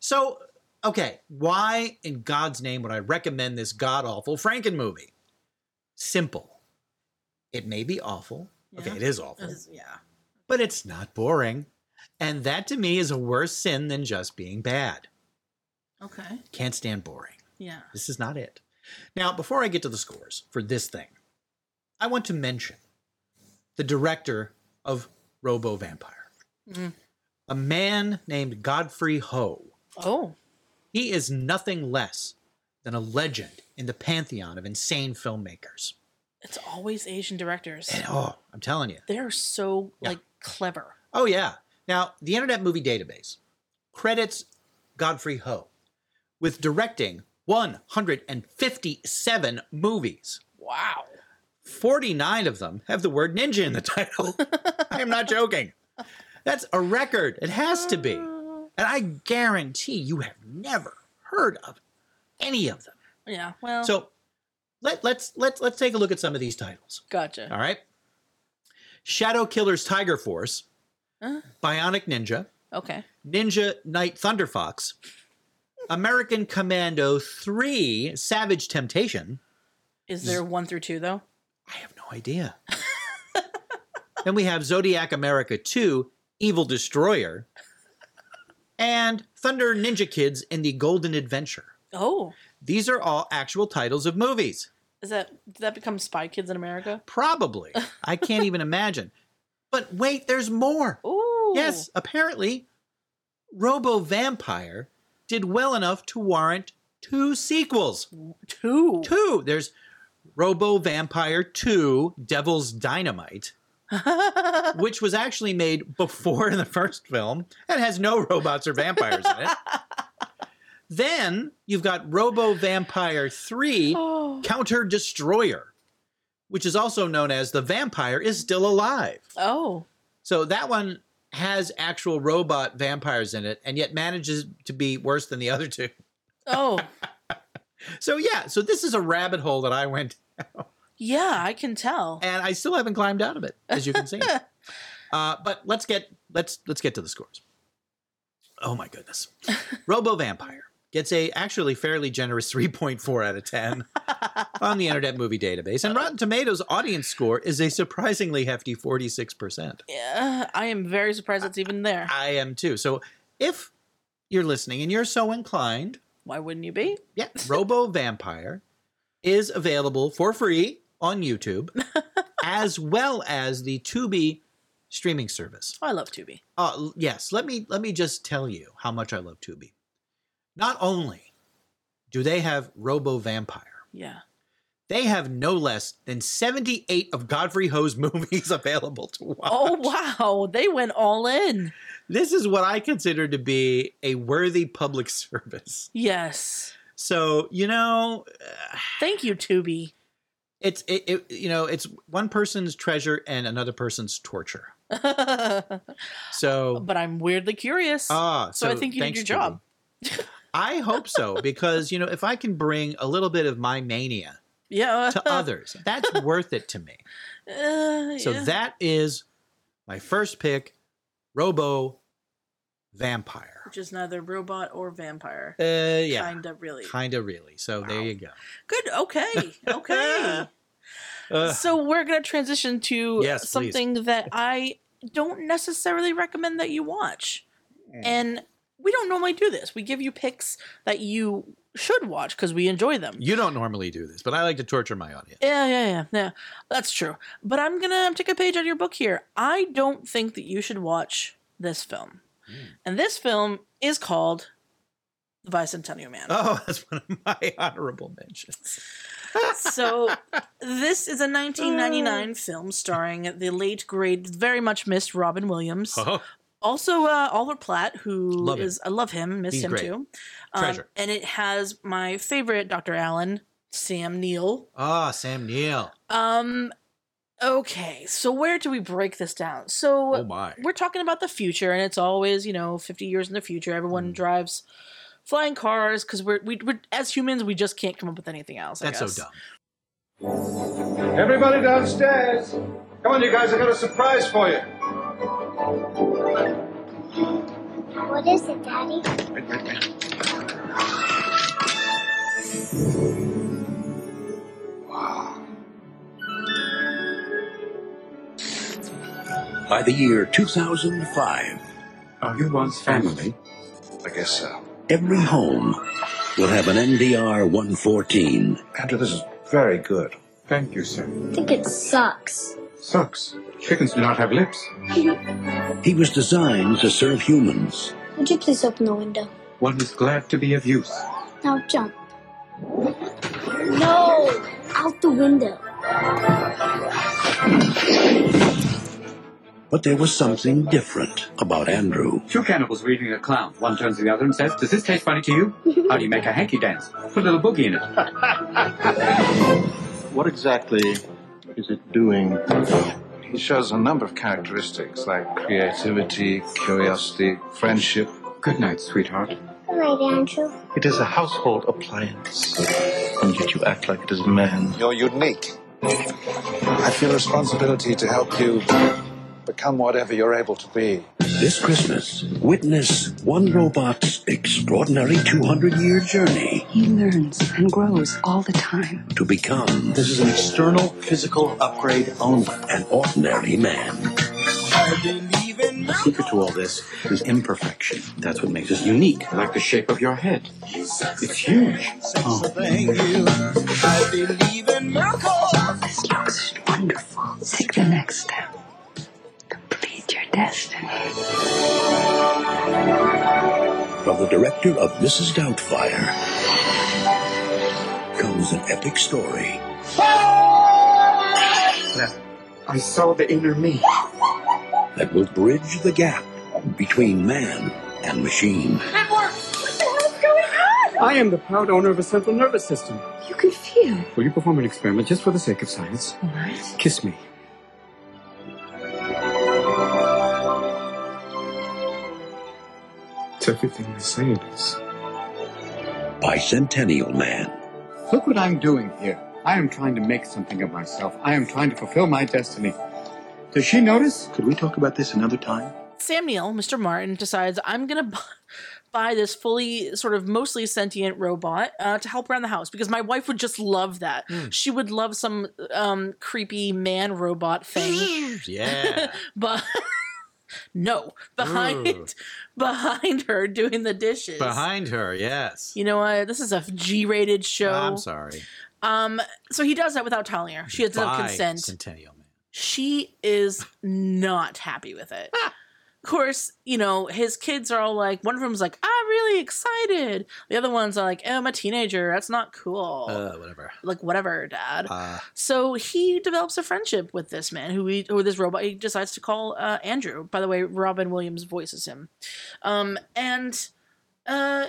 Speaker 1: so, okay, why in God's name would I recommend this god awful Franken movie? Simple. It may be awful. Okay,
Speaker 2: Yeah.
Speaker 1: it is awful,
Speaker 2: yeah.
Speaker 1: but it's not boring. And that to me is a worse sin than just being bad.
Speaker 2: Okay.
Speaker 1: Can't stand boring.
Speaker 2: Yeah.
Speaker 1: This is not it. Now, before I get to the scores for this thing, I want to mention the director of Robo Vampire,
Speaker 2: Mhm.
Speaker 1: a man named Godfrey Ho.
Speaker 2: Oh.
Speaker 1: He is nothing less than a legend in the pantheon of insane filmmakers.
Speaker 2: It's always Asian directors.
Speaker 1: And oh, I'm telling you.
Speaker 2: They're so
Speaker 1: Yeah.
Speaker 2: like clever.
Speaker 1: Oh, yeah. Now, the Internet Movie Database credits Godfrey Ho with directing 157 movies.
Speaker 2: Wow.
Speaker 1: 49 of them have the word ninja in the title. I am not joking. That's a record. It has to be. And I guarantee you have never heard of any of them.
Speaker 2: Yeah. Well.
Speaker 1: So let, let's let's let's take a look at some of these titles.
Speaker 2: gotcha.
Speaker 1: All right. Shadow Killer's Tiger Force,
Speaker 2: Uh.
Speaker 1: Bionic Ninja,
Speaker 2: Okay.
Speaker 1: Ninja Knight Thunder Fox, American Commando 3, Savage Temptation,
Speaker 2: Is there one through two though?
Speaker 1: I have no idea. then we have Zodiac America 2, Evil Destroyer, and Thunder Ninja Kids in the Golden Adventure.
Speaker 2: Oh.
Speaker 1: These are all actual titles of movies.
Speaker 2: Is that did that become Spy Kids in America?
Speaker 1: Probably. I can't even imagine. But wait, there's more.
Speaker 2: Ooh.
Speaker 1: Yes, apparently, Robo Vampire did well enough to warrant two sequels.
Speaker 2: Two.
Speaker 1: Two. There's Robo Vampire 2 Devil's Dynamite, which was actually made before the first film and has no robots or vampires in it. then you've got Robo Vampire 3
Speaker 2: Oh.
Speaker 1: Counter Destroyer, which is also known as The Vampire is Still Alive.
Speaker 2: Oh.
Speaker 1: So that one has actual robot vampires in it and yet manages to be worse than the other two.
Speaker 2: Oh.
Speaker 1: So, yeah, so this is a rabbit hole that I went
Speaker 2: yeah, I can tell.
Speaker 1: and I still haven't climbed out of it, as you can see. uh, but let's get let's let's get to the scores. Oh my goodness, Robo Vampire gets a actually fairly generous 3.4 out of 10 on the Internet Movie Database. And Rotten Tomatoes audience score is a surprisingly hefty 46%.
Speaker 2: Yeah, I am very surprised it's even there.
Speaker 1: I am too. So if you're listening and you're so inclined,
Speaker 2: Why wouldn't you be?
Speaker 1: yeah, Robo Vampire is available for free on YouTube as well as the Tubi streaming service.
Speaker 2: Oh, I love Tubi.
Speaker 1: Uh, l- yes, let me let me just tell you how much I love Tubi. Not only do they have Robo Vampire,
Speaker 2: Yeah.
Speaker 1: they have no less than 78 of Godfrey Ho's movies available to watch.
Speaker 2: Oh wow, they went all in.
Speaker 1: This is what I consider to be a worthy public service.
Speaker 2: Yes.
Speaker 1: So, you know,
Speaker 2: Thank you, Tubi.
Speaker 1: it's it, it you know, it's one person's treasure and another person's torture.
Speaker 2: but
Speaker 1: So,
Speaker 2: I'm weirdly curious.
Speaker 1: ah,
Speaker 2: so I think you did
Speaker 1: thanks,
Speaker 2: your job.
Speaker 1: Tubi. I hope so because, you know, if I can bring a little bit of my mania
Speaker 2: yeah.
Speaker 1: to others. That's worth it to me.
Speaker 2: Uh,
Speaker 1: So
Speaker 2: yeah.
Speaker 1: that is my first pick, Robo Vampire.
Speaker 2: which is neither robot or vampire.
Speaker 1: Uh, yeah,
Speaker 2: Kind of really.
Speaker 1: kind of really. So there you go.
Speaker 2: Good. Okay. Okay.
Speaker 1: Uh,
Speaker 2: so we're going to transition to
Speaker 1: Yes, please.
Speaker 2: something that I don't necessarily recommend that you watch. And we don't normally do this. We give you picks that you should watch because we enjoy them.
Speaker 1: you don't normally do this, but I like to torture my audience.
Speaker 2: Yeah, yeah, yeah, yeah. That's true. But I'm gonna take a page out of your book here. I don't think that you should watch this film,
Speaker 1: Hmm.
Speaker 2: and this film is called The Bicentennial Man.
Speaker 1: Oh, that's one of my honorable mentions.
Speaker 2: so this is a
Speaker 1: Oh.
Speaker 2: 1999 film starring the late, great, very much missed Robin Williams.
Speaker 1: Oh,
Speaker 2: Also, uh, Oliver Platt, who is
Speaker 1: Love him.
Speaker 2: I love him, miss
Speaker 1: He's
Speaker 2: him
Speaker 1: great.
Speaker 2: too. Um,
Speaker 1: Treasure.
Speaker 2: and it has my favorite Dr. Allen, Sam Neill.
Speaker 1: Ah, Sam Neill.
Speaker 2: Um okay, so where do we break this down? So
Speaker 1: Oh my.
Speaker 2: we're talking about the future and it's always, you know, 50 years in the future
Speaker 1: Hmm.
Speaker 2: everyone drives flying cars cuz we're we we're, as humans we just can't come up with anything else. I
Speaker 1: That's so
Speaker 2: guess.
Speaker 1: dumb.
Speaker 7: Everybody downstairs. Come on, you guys, I got a surprise for you.
Speaker 8: What is it, Daddy?
Speaker 6: Wait, wait, wait. Wow.
Speaker 9: By the year 2005,
Speaker 6: Are Uh, you one's family? I guess so.
Speaker 9: every home will have an NDR 114.
Speaker 6: Andrew, this is very good. Thank you, sir.
Speaker 8: I think it sucks.
Speaker 6: Sucks. Chickens do not have lips.
Speaker 9: He was designed to serve humans.
Speaker 8: Would you please open the window?
Speaker 6: One is glad to be of use.
Speaker 8: Now jump. No! Out the window.
Speaker 9: But there was something different about Andrew.
Speaker 10: Two cannibals reading a clown. One turns to the other and says, Does this taste funny to you? How do you make a hanky dance? Put a little boogie in it.
Speaker 7: What exactly is it doing?
Speaker 6: He shows a number of characteristics like creativity, curiosity, friendship.
Speaker 10: Good night, sweetheart.
Speaker 8: All right, Andrew.
Speaker 11: It is a household appliance, and yet you act like it is man.
Speaker 6: You're unique. I feel responsibility to help you become whatever you're able to be.
Speaker 9: This Christmas, witness one robot's extraordinary 200 year journey
Speaker 4: He learns and grows all the time.
Speaker 9: to become
Speaker 11: This is an external physical upgrade only.
Speaker 9: an ordinary man.
Speaker 11: The secret to all this is imperfection. That's what makes us unique.
Speaker 10: I like the shape of your head.
Speaker 11: It's huge.
Speaker 9: Oh.
Speaker 4: This looks wonderful. Take the next step. Complete your destiny.
Speaker 9: From the director of Mrs. Doubtfire comes an epic story
Speaker 10: I saw the inner me.
Speaker 9: that will bridge the gap between man and machine.
Speaker 10: I am the proud owner of a central nervous system.
Speaker 4: You can feel.
Speaker 10: Will you perform an experiment just for the sake of science?
Speaker 4: What?
Speaker 10: Kiss me. It's everything they say it is.
Speaker 9: Bicentennial Man.
Speaker 10: Look what I'm doing here. I am trying to make something of myself. I am trying to fulfill my destiny. Does she notice?
Speaker 11: Could we talk about this another time?
Speaker 2: Sam Neill, Mr. Martin, decides I'm gonna bu- buy this fully, sort of mostly sentient robot uh, to help around the house because my wife would just love that.
Speaker 1: Mm.
Speaker 2: She would love some um, creepy man robot thing.
Speaker 1: Yeah.
Speaker 2: but no, behind
Speaker 1: Ooh.
Speaker 2: behind her doing the dishes.
Speaker 1: Behind her, yes.
Speaker 2: You know what? This is a G-rated show.
Speaker 1: I'm sorry.
Speaker 2: Um, so he does that without telling her. She has no
Speaker 1: Bye,
Speaker 2: consent.
Speaker 1: Centennial Man.
Speaker 2: She is not happy with it.
Speaker 1: Ah.
Speaker 2: of course, you know, his kids are all like, one of them's like, I'm really excited. The other one's are like, oh, I'm a teenager. That's not cool.
Speaker 1: Uh, whatever.
Speaker 2: like, whatever, dad.
Speaker 1: Uh,
Speaker 2: so he develops a friendship with this man who he, or this robot he decides to call uh, Andrew. By the way, Robin Williams voices him. Um, and uh,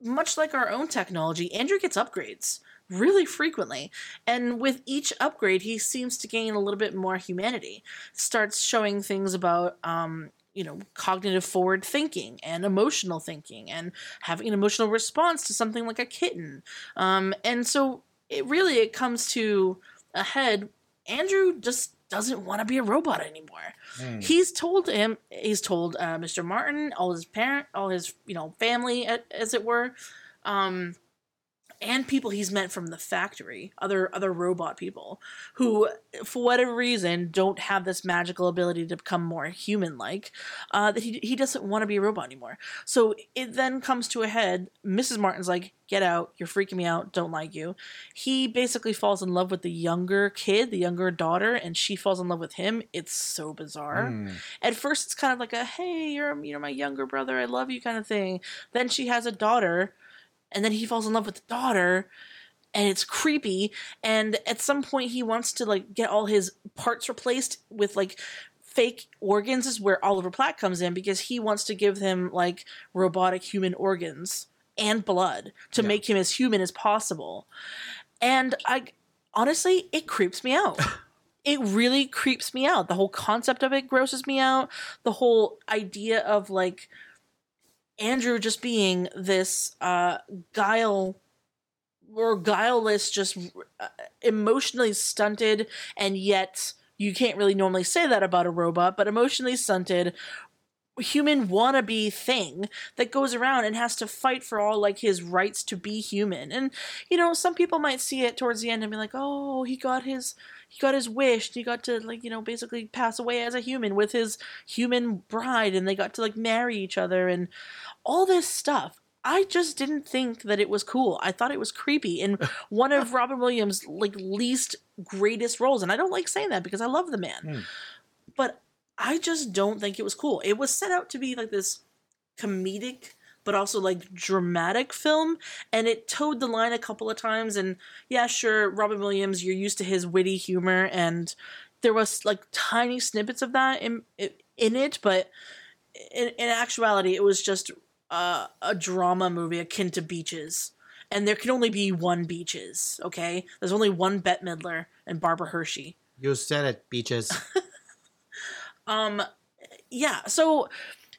Speaker 2: much like our own technology, Andrew gets upgrades really frequently. And with each upgrade, he seems to gain a little bit more humanity. Starts showing things about, um, you know, cognitive forward thinking and emotional thinking and having an emotional response to something like a kitten. Um, and so it really it comes to a head. Andrew just doesn't want to be a robot anymore.
Speaker 1: Hmm.
Speaker 2: He's told him. He's told uh, Mr. Martin, all his parent, all his you know family, a- as it were, um, and people he's met from the factory, other other robot people who, for whatever reason, don't have this magical ability to become more human-like. Uh, that he he doesn't want to be a robot anymore. So it then comes to a head. Mrs. Martin's like, "Get out! You're freaking me out. Don't like you." He basically falls in love with the younger kid, the younger daughter, and she falls in love with him. It's so bizarre
Speaker 1: mm.
Speaker 2: at first it's kind of like a hey you're you know my younger brother i love you kind of thing then she has a daughter and then he falls in love with the daughter and it's creepy and at some point he wants to like get all his parts replaced with like fake organs is where oliver platt comes in because he wants to give him like robotic human organs and blood to make him as human as possible and i honestly it creeps me out it really creeps me out. The whole concept of it grosses me out. The whole idea of like Andrew just being this uh, guile or guileless, just uh, emotionally stunted, and yet you can't really normally say that about a robot, but emotionally stunted human wannabe thing that goes around and has to fight for all like his rights to be human. And you know, some people might see it towards the end and be like, "Oh, he got his he got his wish. He got to like, you know, basically pass away as a human with his human bride and they got to like marry each other and all this stuff." I just didn't think that it was cool. I thought it was creepy and one of Robin Williams' like least greatest roles. And I don't like saying that because I love the man
Speaker 1: Mm.
Speaker 2: but I just don't think it was cool. It was set out to be like this comedic but also like dramatic film and it towed the line a couple of times and yeah sure Robin Williams you're used to his witty humor and there was like tiny snippets of that in in it but in, in actuality it was just uh, a drama movie akin to Beaches and there can only be one Beaches okay there's only one Bette Midler and Barbara Hershey
Speaker 1: You said it, beaches.
Speaker 2: um, yeah. So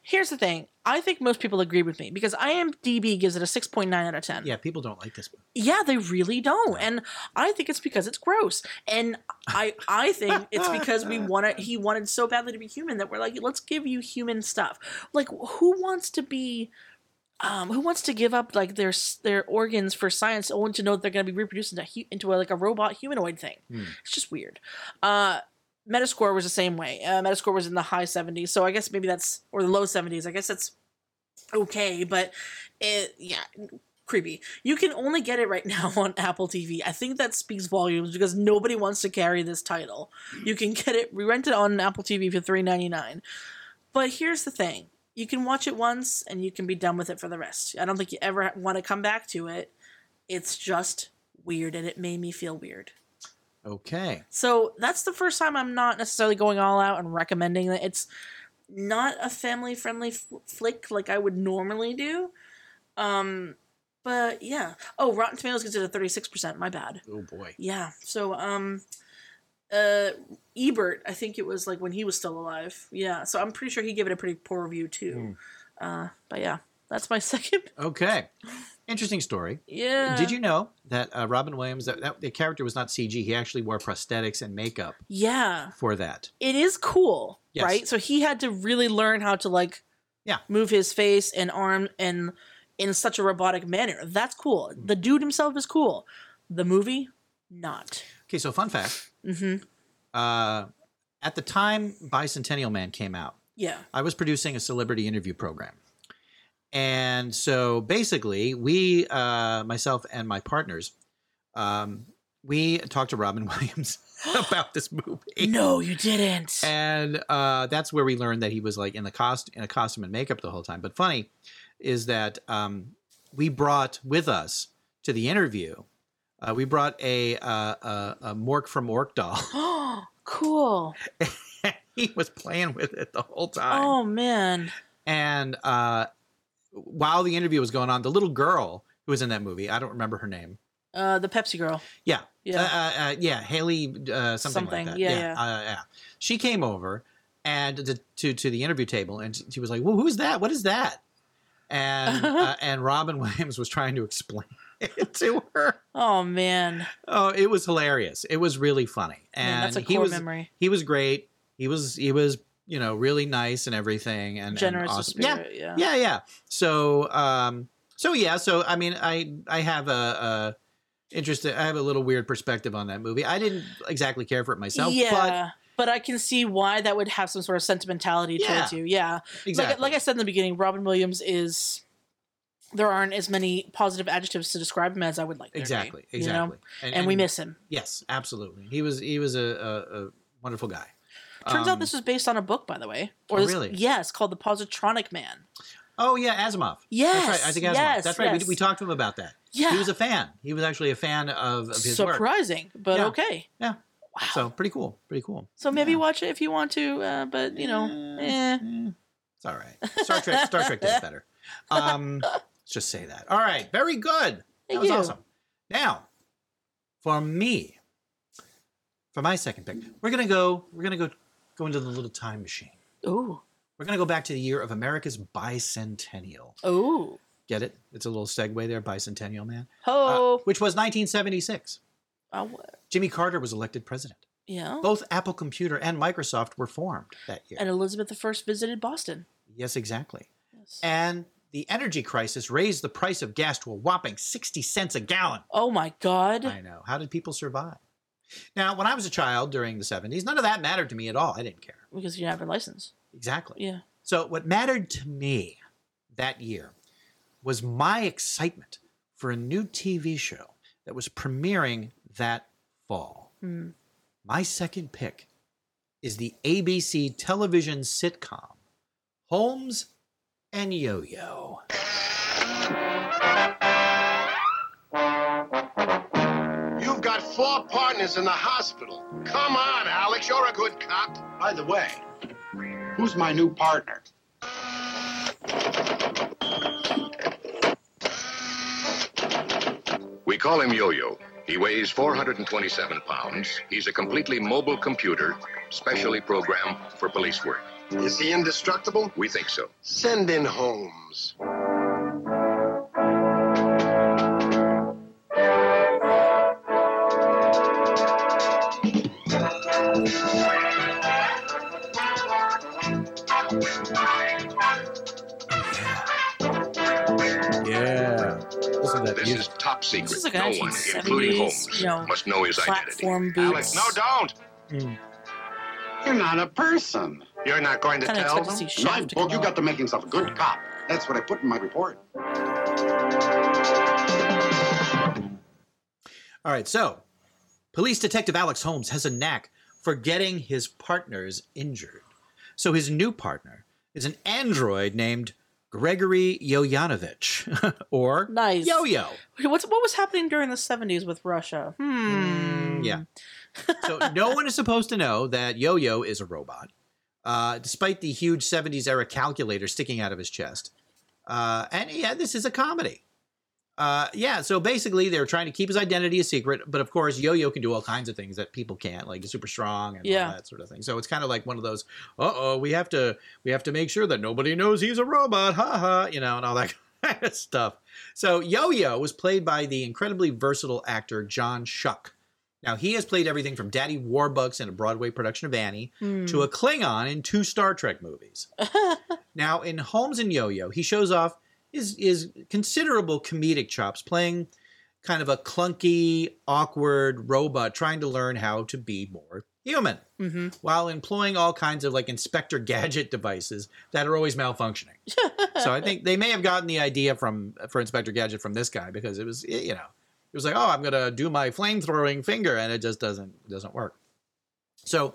Speaker 2: here's the thing. I think most people agree with me because IMDb gives it a 6.9 out of 10.
Speaker 1: yeah, people don't like this one.
Speaker 2: Yeah, they really don't. And I think it's because it's gross. And I I think it's because we want to he wanted so badly to be human that we're like, let's give you human stuff. Like who wants to be um, who wants to give up like their s- their organs for science only to know that they're going to be reproduced into, hu- into a, like a robot humanoid thing? It's just weird. Uh, Metascore was the same way. Uh, Metascore was in the high 70s, so I guess maybe that's or the low 70s. I guess that's okay, but it yeah, creepy. You can only get it right now on Apple TV. I think that speaks volumes because nobody wants to carry this title. You can get it we rent it on Apple TV for 3.99. But here's the thing. You can watch it once and you can be done with it for the rest. I don't think you ever want to come back to it. It's just weird and it made me feel weird.
Speaker 1: Okay.
Speaker 2: So that's the first time I'm not necessarily going all out and recommending it. It's not a family friendly f- flick like I would normally do. Um, but yeah. Oh, Rotten Tomatoes gives it a 36%. My bad.
Speaker 1: Oh boy.
Speaker 2: Yeah. So, um, uh, Ebert, I think it was like when he was still alive. Yeah. So I'm pretty sure he gave it a pretty poor review too. Uh, but yeah. That's my second.
Speaker 1: Okay. Interesting story.
Speaker 2: Yeah.
Speaker 1: Did you know that uh, Robin Williams, that, that the character was not CG? He actually wore prosthetics and makeup
Speaker 2: Yeah.
Speaker 1: for that.
Speaker 2: It is cool,
Speaker 1: Yes.
Speaker 2: right? So he had to really learn how to like
Speaker 1: yeah,
Speaker 2: move his face and arm and in such a robotic manner. That's cool.
Speaker 1: Mm.
Speaker 2: The dude himself is cool. The movie not.
Speaker 1: Okay, so fun fact.
Speaker 2: Mhm.
Speaker 1: Uh, at the time Bicentennial Man came out,
Speaker 2: Yeah.
Speaker 1: I was producing a celebrity interview program. And so basically, we, uh, myself and my partners, um, we talked to Robin Williams about this movie.
Speaker 2: No, you didn't.
Speaker 1: And uh, that's where we learned that he was like in the cost in a costume and makeup the whole time. But funny is that um, we brought with us to the interview, uh, we brought a, uh, a a Mork from Ork doll.
Speaker 2: Oh, cool.
Speaker 1: he was playing with it the whole time.
Speaker 2: Oh man.
Speaker 1: And uh, while the interview was going on, the little girl who was in that movie, I don't remember her name.
Speaker 2: Uh the Pepsi girl.
Speaker 1: Yeah.
Speaker 2: Yeah.
Speaker 1: Uh, uh, uh, yeah. Haley, uh, something,
Speaker 2: Something.
Speaker 1: like that.
Speaker 2: Yeah, yeah.
Speaker 1: Uh, yeah. She came over and to, to, to the interview table and she was like, well, who's that? What is that? And, uh, and Robin Williams was trying to explain it to her.
Speaker 2: Oh man.
Speaker 1: Oh, it was hilarious. It was really funny. And
Speaker 2: Man, that's a
Speaker 1: he
Speaker 2: core
Speaker 1: was,
Speaker 2: memory.
Speaker 1: he was great. He was, he was, you know, really nice and everything. And and
Speaker 2: Generous of
Speaker 1: awesome.
Speaker 2: spirit, yeah.
Speaker 1: Yeah. Yeah. So, um, so yeah, so I mean, I, I have a, a interesting, I have a little weird perspective on that movie. I didn't exactly care for it myself, but
Speaker 2: yeah. But, I can see why that would have some sort of sentimentality towards
Speaker 1: Yeah.
Speaker 2: you. Yeah. Like,
Speaker 1: Exactly.
Speaker 2: like I said in the beginning, Robin Williams is. There aren't as many positive adjectives to describe him as I would like. there to be,
Speaker 1: exactly,
Speaker 2: you know?
Speaker 1: exactly.
Speaker 2: And, we miss him.
Speaker 1: Yes, absolutely. He was, he was a, a, a wonderful guy.
Speaker 2: Turns
Speaker 1: Um,
Speaker 2: out this was based on a book, by the way.
Speaker 1: Oh,
Speaker 2: this,
Speaker 1: really?
Speaker 2: Yes, called The Positronic Man.
Speaker 1: Oh yeah, Asimov.
Speaker 2: Yes,
Speaker 1: that's right. Isaac Asimov.
Speaker 2: yes,
Speaker 1: that's right.
Speaker 2: yes.
Speaker 1: We, we talked to him about that.
Speaker 2: Yeah.
Speaker 1: he was a fan. He was actually a fan of, of his work.
Speaker 2: Surprising, but
Speaker 1: Yeah.
Speaker 2: okay.
Speaker 1: Yeah. So pretty cool. Pretty cool.
Speaker 2: So maybe watch it if you want to, uh, but you know, eh.
Speaker 1: It's all right. Star Trek. Star Trek does better. Um, let's just say that. All right. Very good. That
Speaker 2: Thank
Speaker 1: was
Speaker 2: you.
Speaker 1: awesome. Now, for me, for my second pick, we're gonna go. We're gonna go. Go into the little time machine.
Speaker 2: Ooh.
Speaker 1: We're gonna go back to the year of America's bicentennial.
Speaker 2: Ooh.
Speaker 1: Get it? It's a little segue there. Bicentennial man. Uh,
Speaker 2: Ho.
Speaker 1: which was 1976.
Speaker 2: Uh, what?
Speaker 1: Jimmy Carter was elected president.
Speaker 2: Yeah.
Speaker 1: Both Apple Computer and Microsoft were formed that year.
Speaker 2: And Elizabeth I visited Boston.
Speaker 1: Yes, exactly. And the energy crisis raised the price of gas to a whopping 60 cents a gallon.
Speaker 2: Oh my God.
Speaker 1: I know. How did people survive? Now, when I was a child during the 70s, none of that mattered to me at all. I didn't care.
Speaker 2: Because you didn't have a license.
Speaker 1: Exactly.
Speaker 2: Yeah.
Speaker 1: So, what mattered to me that year was my excitement for a new TV show that was premiering that fall.
Speaker 2: Hmm.
Speaker 1: My second pick is the ABC television sitcom Holmes and Yo Yo.
Speaker 12: You've got four partners in the hospital. Come on, Alex, you're a good cop. By the way, who's my new partner?
Speaker 13: We call him Yo Yo. He weighs 427 pounds. He's a completely mobile computer, specially programmed for police work.
Speaker 12: Is he indestructible?
Speaker 13: We think so.
Speaker 12: Send in Holmes.
Speaker 1: Yeah.
Speaker 13: this is top secret.
Speaker 2: This is like a
Speaker 13: no one,
Speaker 2: 1970s,
Speaker 13: including Holmes,
Speaker 2: you know,
Speaker 13: must know his identity.
Speaker 2: platform
Speaker 13: Alex,
Speaker 2: boots.
Speaker 13: no, don't.
Speaker 12: You're not a person. You're not going to
Speaker 2: Kinda
Speaker 12: tell
Speaker 2: expect to
Speaker 12: them?
Speaker 2: see
Speaker 12: my
Speaker 2: Shaft to
Speaker 12: book,
Speaker 2: come
Speaker 12: you got to make yourself a good cop. That's what I put in my report.
Speaker 1: All right, so police detective Alex Holmes has a knack for getting his partners injured. So his new partner is an android named Gregory Yoyanovich, or
Speaker 2: Nice.
Speaker 1: Yo Yo.
Speaker 2: What's what was happening during the seventies with Russia? Hmm.
Speaker 1: Mm, Yeah. So no one is supposed to know that Yo Yo is a robot, uh, despite the huge 70s era calculator sticking out of his chest. Uh, and yeah, this is a comedy. Uh, yeah, so basically they're trying to keep his identity a secret, but of course Yo-Yo can do all kinds of things that people can't, like he's super strong and
Speaker 2: Yeah.
Speaker 1: all that sort of thing. So it's kind of like one of those, uh oh, we have to we have to make sure that nobody knows he's a robot, ha ha, you know, and all that kind of stuff. So Yo-Yo was played by the incredibly versatile actor John Shuck. Now he has played everything from Daddy Warbucks in a Broadway production of Annie
Speaker 2: Hmm.
Speaker 1: to a Klingon in two Star Trek movies. now in Holmes and Yo-Yo, he shows off his, his considerable comedic chops, playing kind of a clunky, awkward robot trying to learn how to be more human,
Speaker 2: Mm-hmm.
Speaker 1: while employing all kinds of like Inspector Gadget devices that are always malfunctioning. so I think they may have gotten the idea from for Inspector Gadget from this guy because it was you know it was like oh I'm gonna do my flamethrowing finger and it just doesn't doesn't work. So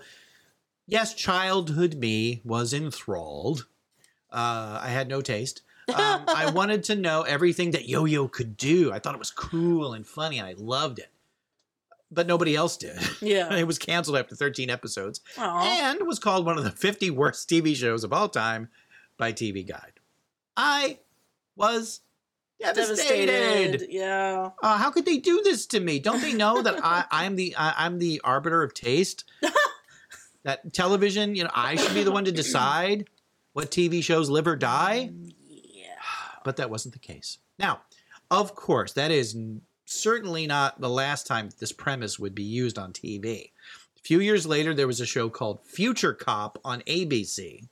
Speaker 1: yes, childhood me was enthralled. Uh, I had no taste. Um, I wanted to know everything that Yo Yo could do. I thought it was cool and funny, and I loved it. But nobody else did.
Speaker 2: Yeah.
Speaker 1: it was canceled after 13 episodes
Speaker 2: Aw.
Speaker 1: and was called one of the 50 worst TV shows of all time by TV Guide. I was devastated.
Speaker 2: Yeah.
Speaker 1: Uh, how could they do this to me? Don't they know that I, I'm the I, I'm the arbiter of taste? that television, you know, I should be the one to decide what TV shows live or die. But that wasn't the case. Now, of course, that is n- certainly not the last time this premise would be used on TV. A few years later, there was a show called Future Cop on ABC.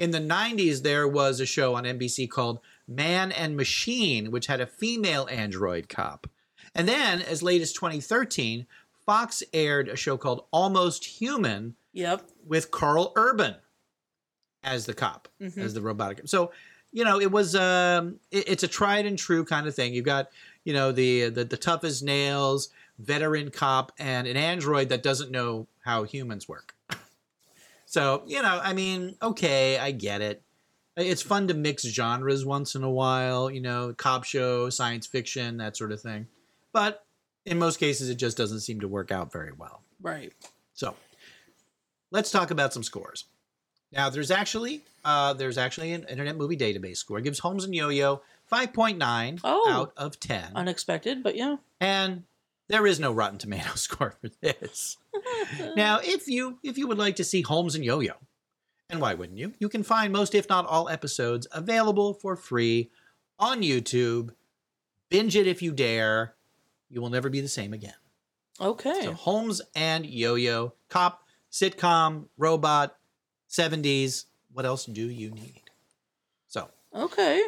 Speaker 1: In the 90s, there was a show on NBC called Man and Machine, which had a female android cop. And then, as late as 2013, Fox aired a show called Almost Human
Speaker 2: Yep.
Speaker 1: with Carl Urban as the cop,
Speaker 2: Mhm.
Speaker 1: as the robotic. So, you know, it was um, it- it's a tried and true kind of thing. You've got, you know, the, the the tough as nails veteran cop and an android that doesn't know how humans work. So, you know, I mean, okay, I get it. It's fun to mix genres once in a while, you know, cop show, science fiction, that sort of thing. But in most cases, it just doesn't seem to work out very well.
Speaker 2: Right.
Speaker 1: So let's talk about some scores. Now there's actually uh, there's actually an Internet Movie Database score. It gives Holmes and Yo-Yo 5.9
Speaker 2: Oh.
Speaker 1: out of 10.
Speaker 2: Unexpected, but yeah.
Speaker 1: And there is no Rotten Tomato score for this. now, if you if you would like to see Holmes and Yo-Yo, and why wouldn't you? You can find most, if not all, episodes available for free on YouTube. Binge it if you dare. You will never be the same again.
Speaker 2: Okay.
Speaker 1: So Holmes and Yo-Yo, cop, sitcom, robot, 70s. What else do you need? So
Speaker 2: Okay.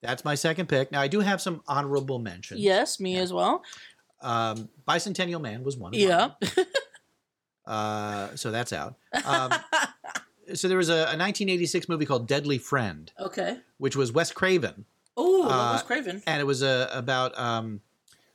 Speaker 1: that's my second pick. Now I do have some honorable mentions.
Speaker 2: Yes, me as well.
Speaker 1: Um, Bicentennial Man was one. Of
Speaker 2: Yeah.
Speaker 1: Mine. Uh, so that's out. Um, so there was a, a 1986 movie called Deadly Friend,
Speaker 2: Okay.
Speaker 1: which was Wes Craven.
Speaker 2: Oh, that
Speaker 1: Uh,
Speaker 2: was Craven.
Speaker 1: and it was uh, about um,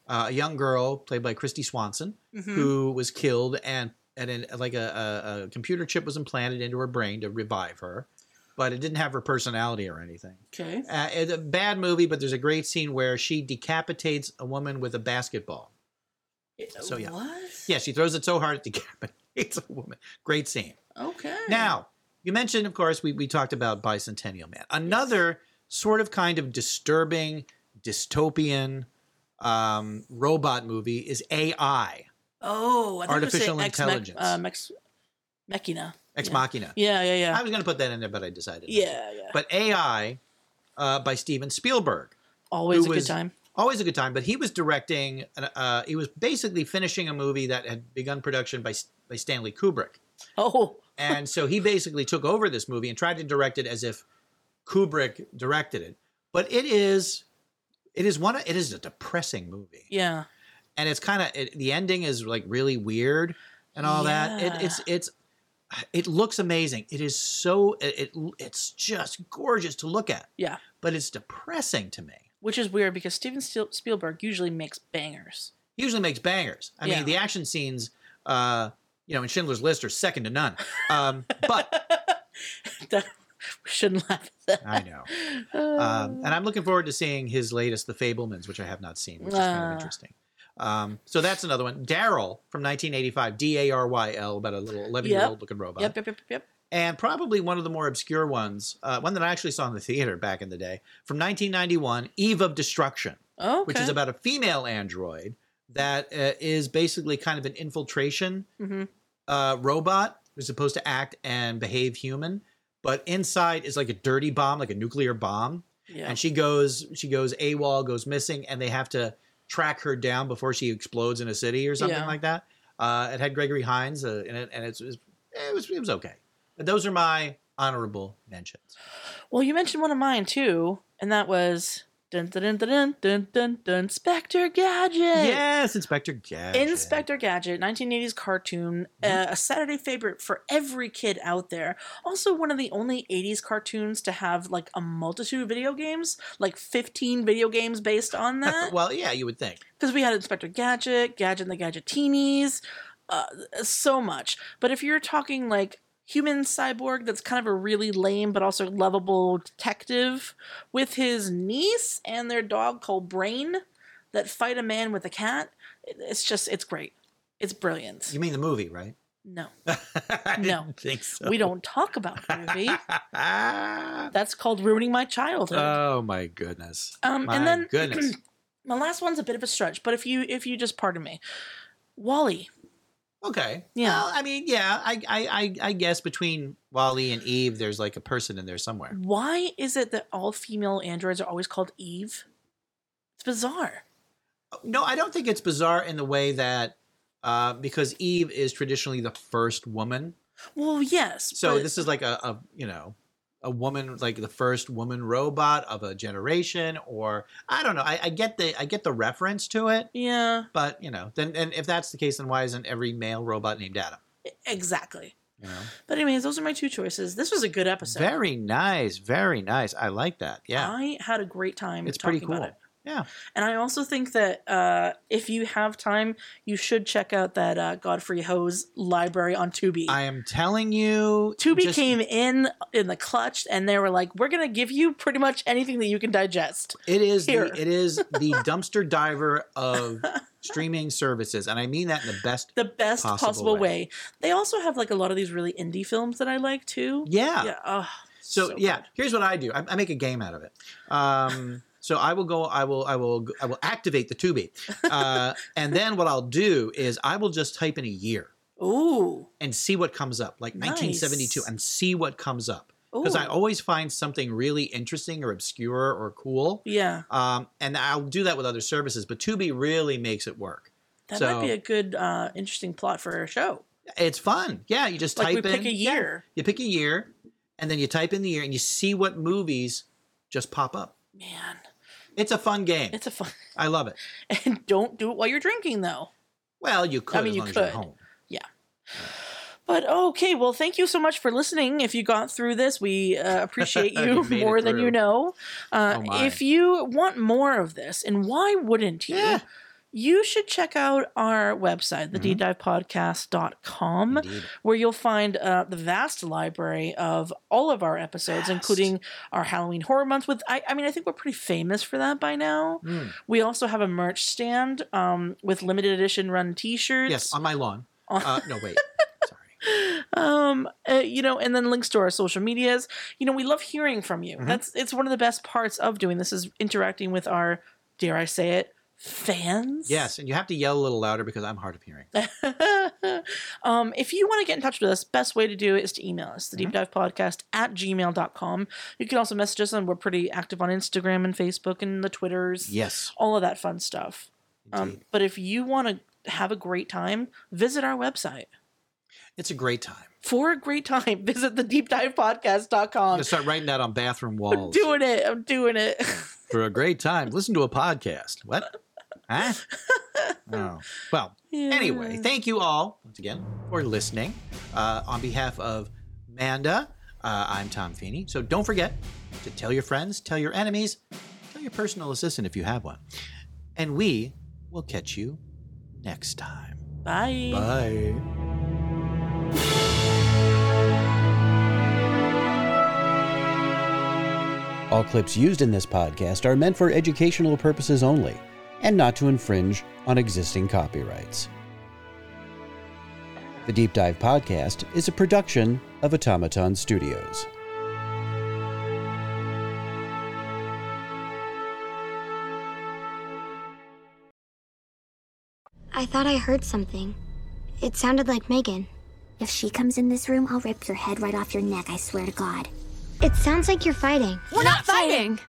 Speaker 1: uh, a young girl played by Christy Swanson
Speaker 2: Mhm.
Speaker 1: who was killed, and and an, like a, a, a computer chip was implanted into her brain to revive her, but it didn't have her personality or anything.
Speaker 2: Okay.
Speaker 1: Uh, it's a bad movie, but there's a great scene where she decapitates a woman with a basketball. So yeah,
Speaker 2: What?
Speaker 1: yeah, she throws it so hard it decapitates a woman. Great scene.
Speaker 2: Okay.
Speaker 1: Now, you mentioned, of course, we, we talked about Bicentennial Man. Another sort of kind of disturbing, dystopian um, robot movie is AI,
Speaker 2: Oh, I thought
Speaker 1: Artificial
Speaker 2: you were saying Ex Mach-
Speaker 1: intelligence.
Speaker 2: uh, Mex- Machina.
Speaker 1: Ex
Speaker 2: Yeah.
Speaker 1: Machina.
Speaker 2: Yeah, yeah, yeah.
Speaker 1: I was going to put that in there, but I decided. not to.
Speaker 2: yeah, yeah.
Speaker 1: But AI uh, by Steven Spielberg.
Speaker 2: Always
Speaker 1: who
Speaker 2: a good
Speaker 1: was-
Speaker 2: time.
Speaker 1: Always a good time. But he was directing, an, uh, he was basically finishing a movie that had begun production by, by Stanley Kubrick.
Speaker 2: Oh.
Speaker 1: and so he basically took over this movie and tried to direct it as if Kubrick directed it. But it is, it is one. Of, it is a depressing movie,
Speaker 2: Yeah.
Speaker 1: and it's kind of it, the ending is like really weird and all that. It, it's it's it looks amazing. It is so it, it it's just gorgeous to look at,
Speaker 2: Yeah.
Speaker 1: but it's depressing to me.
Speaker 2: Which is weird because Steven Spiel- Spielberg usually makes bangers.
Speaker 1: He usually makes bangers. I
Speaker 2: Yeah.
Speaker 1: mean, the action scenes, uh, you know, in Schindler's List are second to none. Um, but
Speaker 2: We shouldn't laugh at that.
Speaker 1: I know. um, and I'm looking forward to seeing his latest, The Fablemans, which I have not seen, which is kind
Speaker 2: Ah.
Speaker 1: of interesting. Um, so that's another one. Daryl from 1985, D A R Y L, about a little 11 year
Speaker 2: Yep.
Speaker 1: old looking robot.
Speaker 2: Yep, yep, yep, yep.
Speaker 1: And probably one of the more obscure ones, uh, one that I actually saw in the theater back in the day, from 1991, Eve of Destruction.
Speaker 2: Oh,
Speaker 1: which is about a female android that uh, is basically kind of an infiltration
Speaker 2: hmm
Speaker 1: uh, robot who's supposed to act and behave human, but inside is like a dirty bomb, like a nuclear bomb.
Speaker 2: Yeah.
Speaker 1: And she goes, she goes AWOL, goes missing, and they have to track her down before she explodes in a city or something
Speaker 2: Yeah.
Speaker 1: like that. Uh, it had Gregory Hines uh, in it, and it's, it, was, it was it was okay. But those are my honorable mentions.
Speaker 2: Well, you mentioned one of mine too, and that was dun dun dun dun dun dun, dun Inspector Gadget.
Speaker 1: Yes, Inspector Gadget.
Speaker 2: Inspector Gadget, 1980s cartoon, uh, a Saturday favorite for every kid out there. Also, one of the only 80s cartoons to have like a multitude of video games, like 15 video games based on that.
Speaker 1: well, yeah, you would think.
Speaker 2: because we had Inspector Gadget, Gadget and the Gadgetinis, uh, so much. But if you're talking like human cyborg, that's kind of a really lame but also lovable detective with his niece and their dog called Brain that fight a man with a cat. it- It's just, it's great. It's brilliant.
Speaker 1: You mean the movie, right?
Speaker 2: No,
Speaker 1: I
Speaker 2: No.
Speaker 1: didn't think so.
Speaker 2: we don't talk about the movie. that's called ruining my childhood.
Speaker 1: Oh my goodness.
Speaker 2: Um,
Speaker 1: my
Speaker 2: and then
Speaker 1: goodness.
Speaker 2: my last one's a bit of a stretch, but if you if you just pardon me, Wally.
Speaker 1: Okay.
Speaker 2: Yeah.
Speaker 1: Well, I mean, yeah, I, I, I, I guess between Wally and Eve, there's like a person in there somewhere.
Speaker 2: Why is it that all female androids are always called Eve? It's bizarre.
Speaker 1: No, I don't think it's bizarre in the way that uh, because Eve is traditionally the first woman.
Speaker 2: Well, yes.
Speaker 1: So
Speaker 2: but-
Speaker 1: this is like a, a you know a woman like the first woman robot of a generation, or I don't know. I, I get the I get the reference to it,
Speaker 2: yeah,
Speaker 1: but you know, then and if that's the case, then why isn't every male robot named Adam?
Speaker 2: exactly.
Speaker 1: You know,
Speaker 2: But anyways, those are my two choices. This was a good episode.
Speaker 1: very nice, very nice. I like that. Yeah,
Speaker 2: I had a great time.
Speaker 1: it's
Speaker 2: talking
Speaker 1: pretty cool.
Speaker 2: About it.
Speaker 1: Yeah.
Speaker 2: And I also think that uh, if you have time, you should check out that uh, Godfrey Ho's library on Tubi.
Speaker 1: I am telling you,
Speaker 2: Tubi
Speaker 1: just-
Speaker 2: came in in the clutch, and they were like, "We're gonna give you pretty much anything that you can digest."
Speaker 1: It is the,
Speaker 2: Here.
Speaker 1: it is the dumpster diver of streaming services, and I mean that in the best
Speaker 2: the best possible, way. They also have like a lot of these really indie films that I like too.
Speaker 1: Yeah.
Speaker 2: Yeah. Oh,
Speaker 1: So, yeah, here's what I do. I, I make a game out of it. Um, so I will go. I will. I will. I will activate the Tubi, uh, and then what I'll do is I will just type in a year.
Speaker 2: Ooh.
Speaker 1: And see what comes up, like
Speaker 2: Nice.
Speaker 1: 1972, and see what comes up. Because I
Speaker 2: Ooh.
Speaker 1: always find something really interesting or obscure or cool.
Speaker 2: yeah.
Speaker 1: Um, and I'll do that with other services, but Tubi really makes it work.
Speaker 2: That
Speaker 1: so
Speaker 2: might be a good, uh, interesting plot for a show.
Speaker 1: it's fun. Yeah, you just
Speaker 2: Like we
Speaker 1: type in.
Speaker 2: pick a
Speaker 1: yeah,
Speaker 2: year.
Speaker 1: you pick a year, and then you type in the year, and you see what movies just pop up.
Speaker 2: Man,
Speaker 1: It's a fun game.
Speaker 2: it's a fun.
Speaker 1: I love it.
Speaker 2: And don't do it while you're drinking, though.
Speaker 1: Well, you could.
Speaker 2: I mean,
Speaker 1: as
Speaker 2: you
Speaker 1: long as
Speaker 2: could.
Speaker 1: you're at home.
Speaker 2: Yeah. But okay, well, thank you so much for listening. If you got through this, we uh, appreciate
Speaker 1: You
Speaker 2: you
Speaker 1: made it
Speaker 2: more than you
Speaker 1: through.
Speaker 2: know. Uh,
Speaker 1: Oh, my.
Speaker 2: if you want more of this, and why wouldn't you? You should check out our website,
Speaker 1: Mm-hmm.
Speaker 2: thedivepodcast.com, where you'll find uh, the vast library of all of our episodes, including our Halloween Horror Month. With I, I mean, I think we're pretty famous for that by now.
Speaker 1: Mm.
Speaker 2: We also have a merch stand um, with limited edition run T-shirts.
Speaker 1: Mm. Yes, on my lawn. Uh, no, wait.
Speaker 2: um uh, you know and then links to our social medias you know we love hearing from you that's it's one of the best parts of doing this is interacting with our dare i say it fans
Speaker 1: Yes, and you have to yell a little louder because I'm hard of hearing.
Speaker 2: um if you want to get in touch with us best way to do it is to email us the deep dive podcast at gmail.com you can also message us and we're pretty active on instagram and facebook and the twitters
Speaker 1: Yes.
Speaker 2: all of that fun stuff um but if you want to have a great time visit our website
Speaker 1: It's a great time.
Speaker 2: for a great time, visit the
Speaker 1: I'm
Speaker 2: deepdivepodcast.com.
Speaker 1: gonna start writing that on bathroom walls
Speaker 2: Doing it. I'm doing it.
Speaker 1: for a great time. Listen to a podcast. What? Huh? Oh. Well. Anyway, thank you all once again for listening. Uh, on behalf of Manda, uh, I'm Tom Feeney. So don't forget to tell your friends, tell your enemies, tell your personal assistant if you have one, and we will catch you next time.
Speaker 2: Bye.
Speaker 1: Bye.
Speaker 14: All clips used in this podcast are meant for educational purposes only and not to infringe on existing copyrights. The Deep Dive Podcast is a production of Automaton Studios.
Speaker 9: I thought I heard something. It sounded like Megan. If she comes in this room, I'll rip your head right off your neck, I swear to God. It sounds like you're fighting.
Speaker 3: We're not fighting!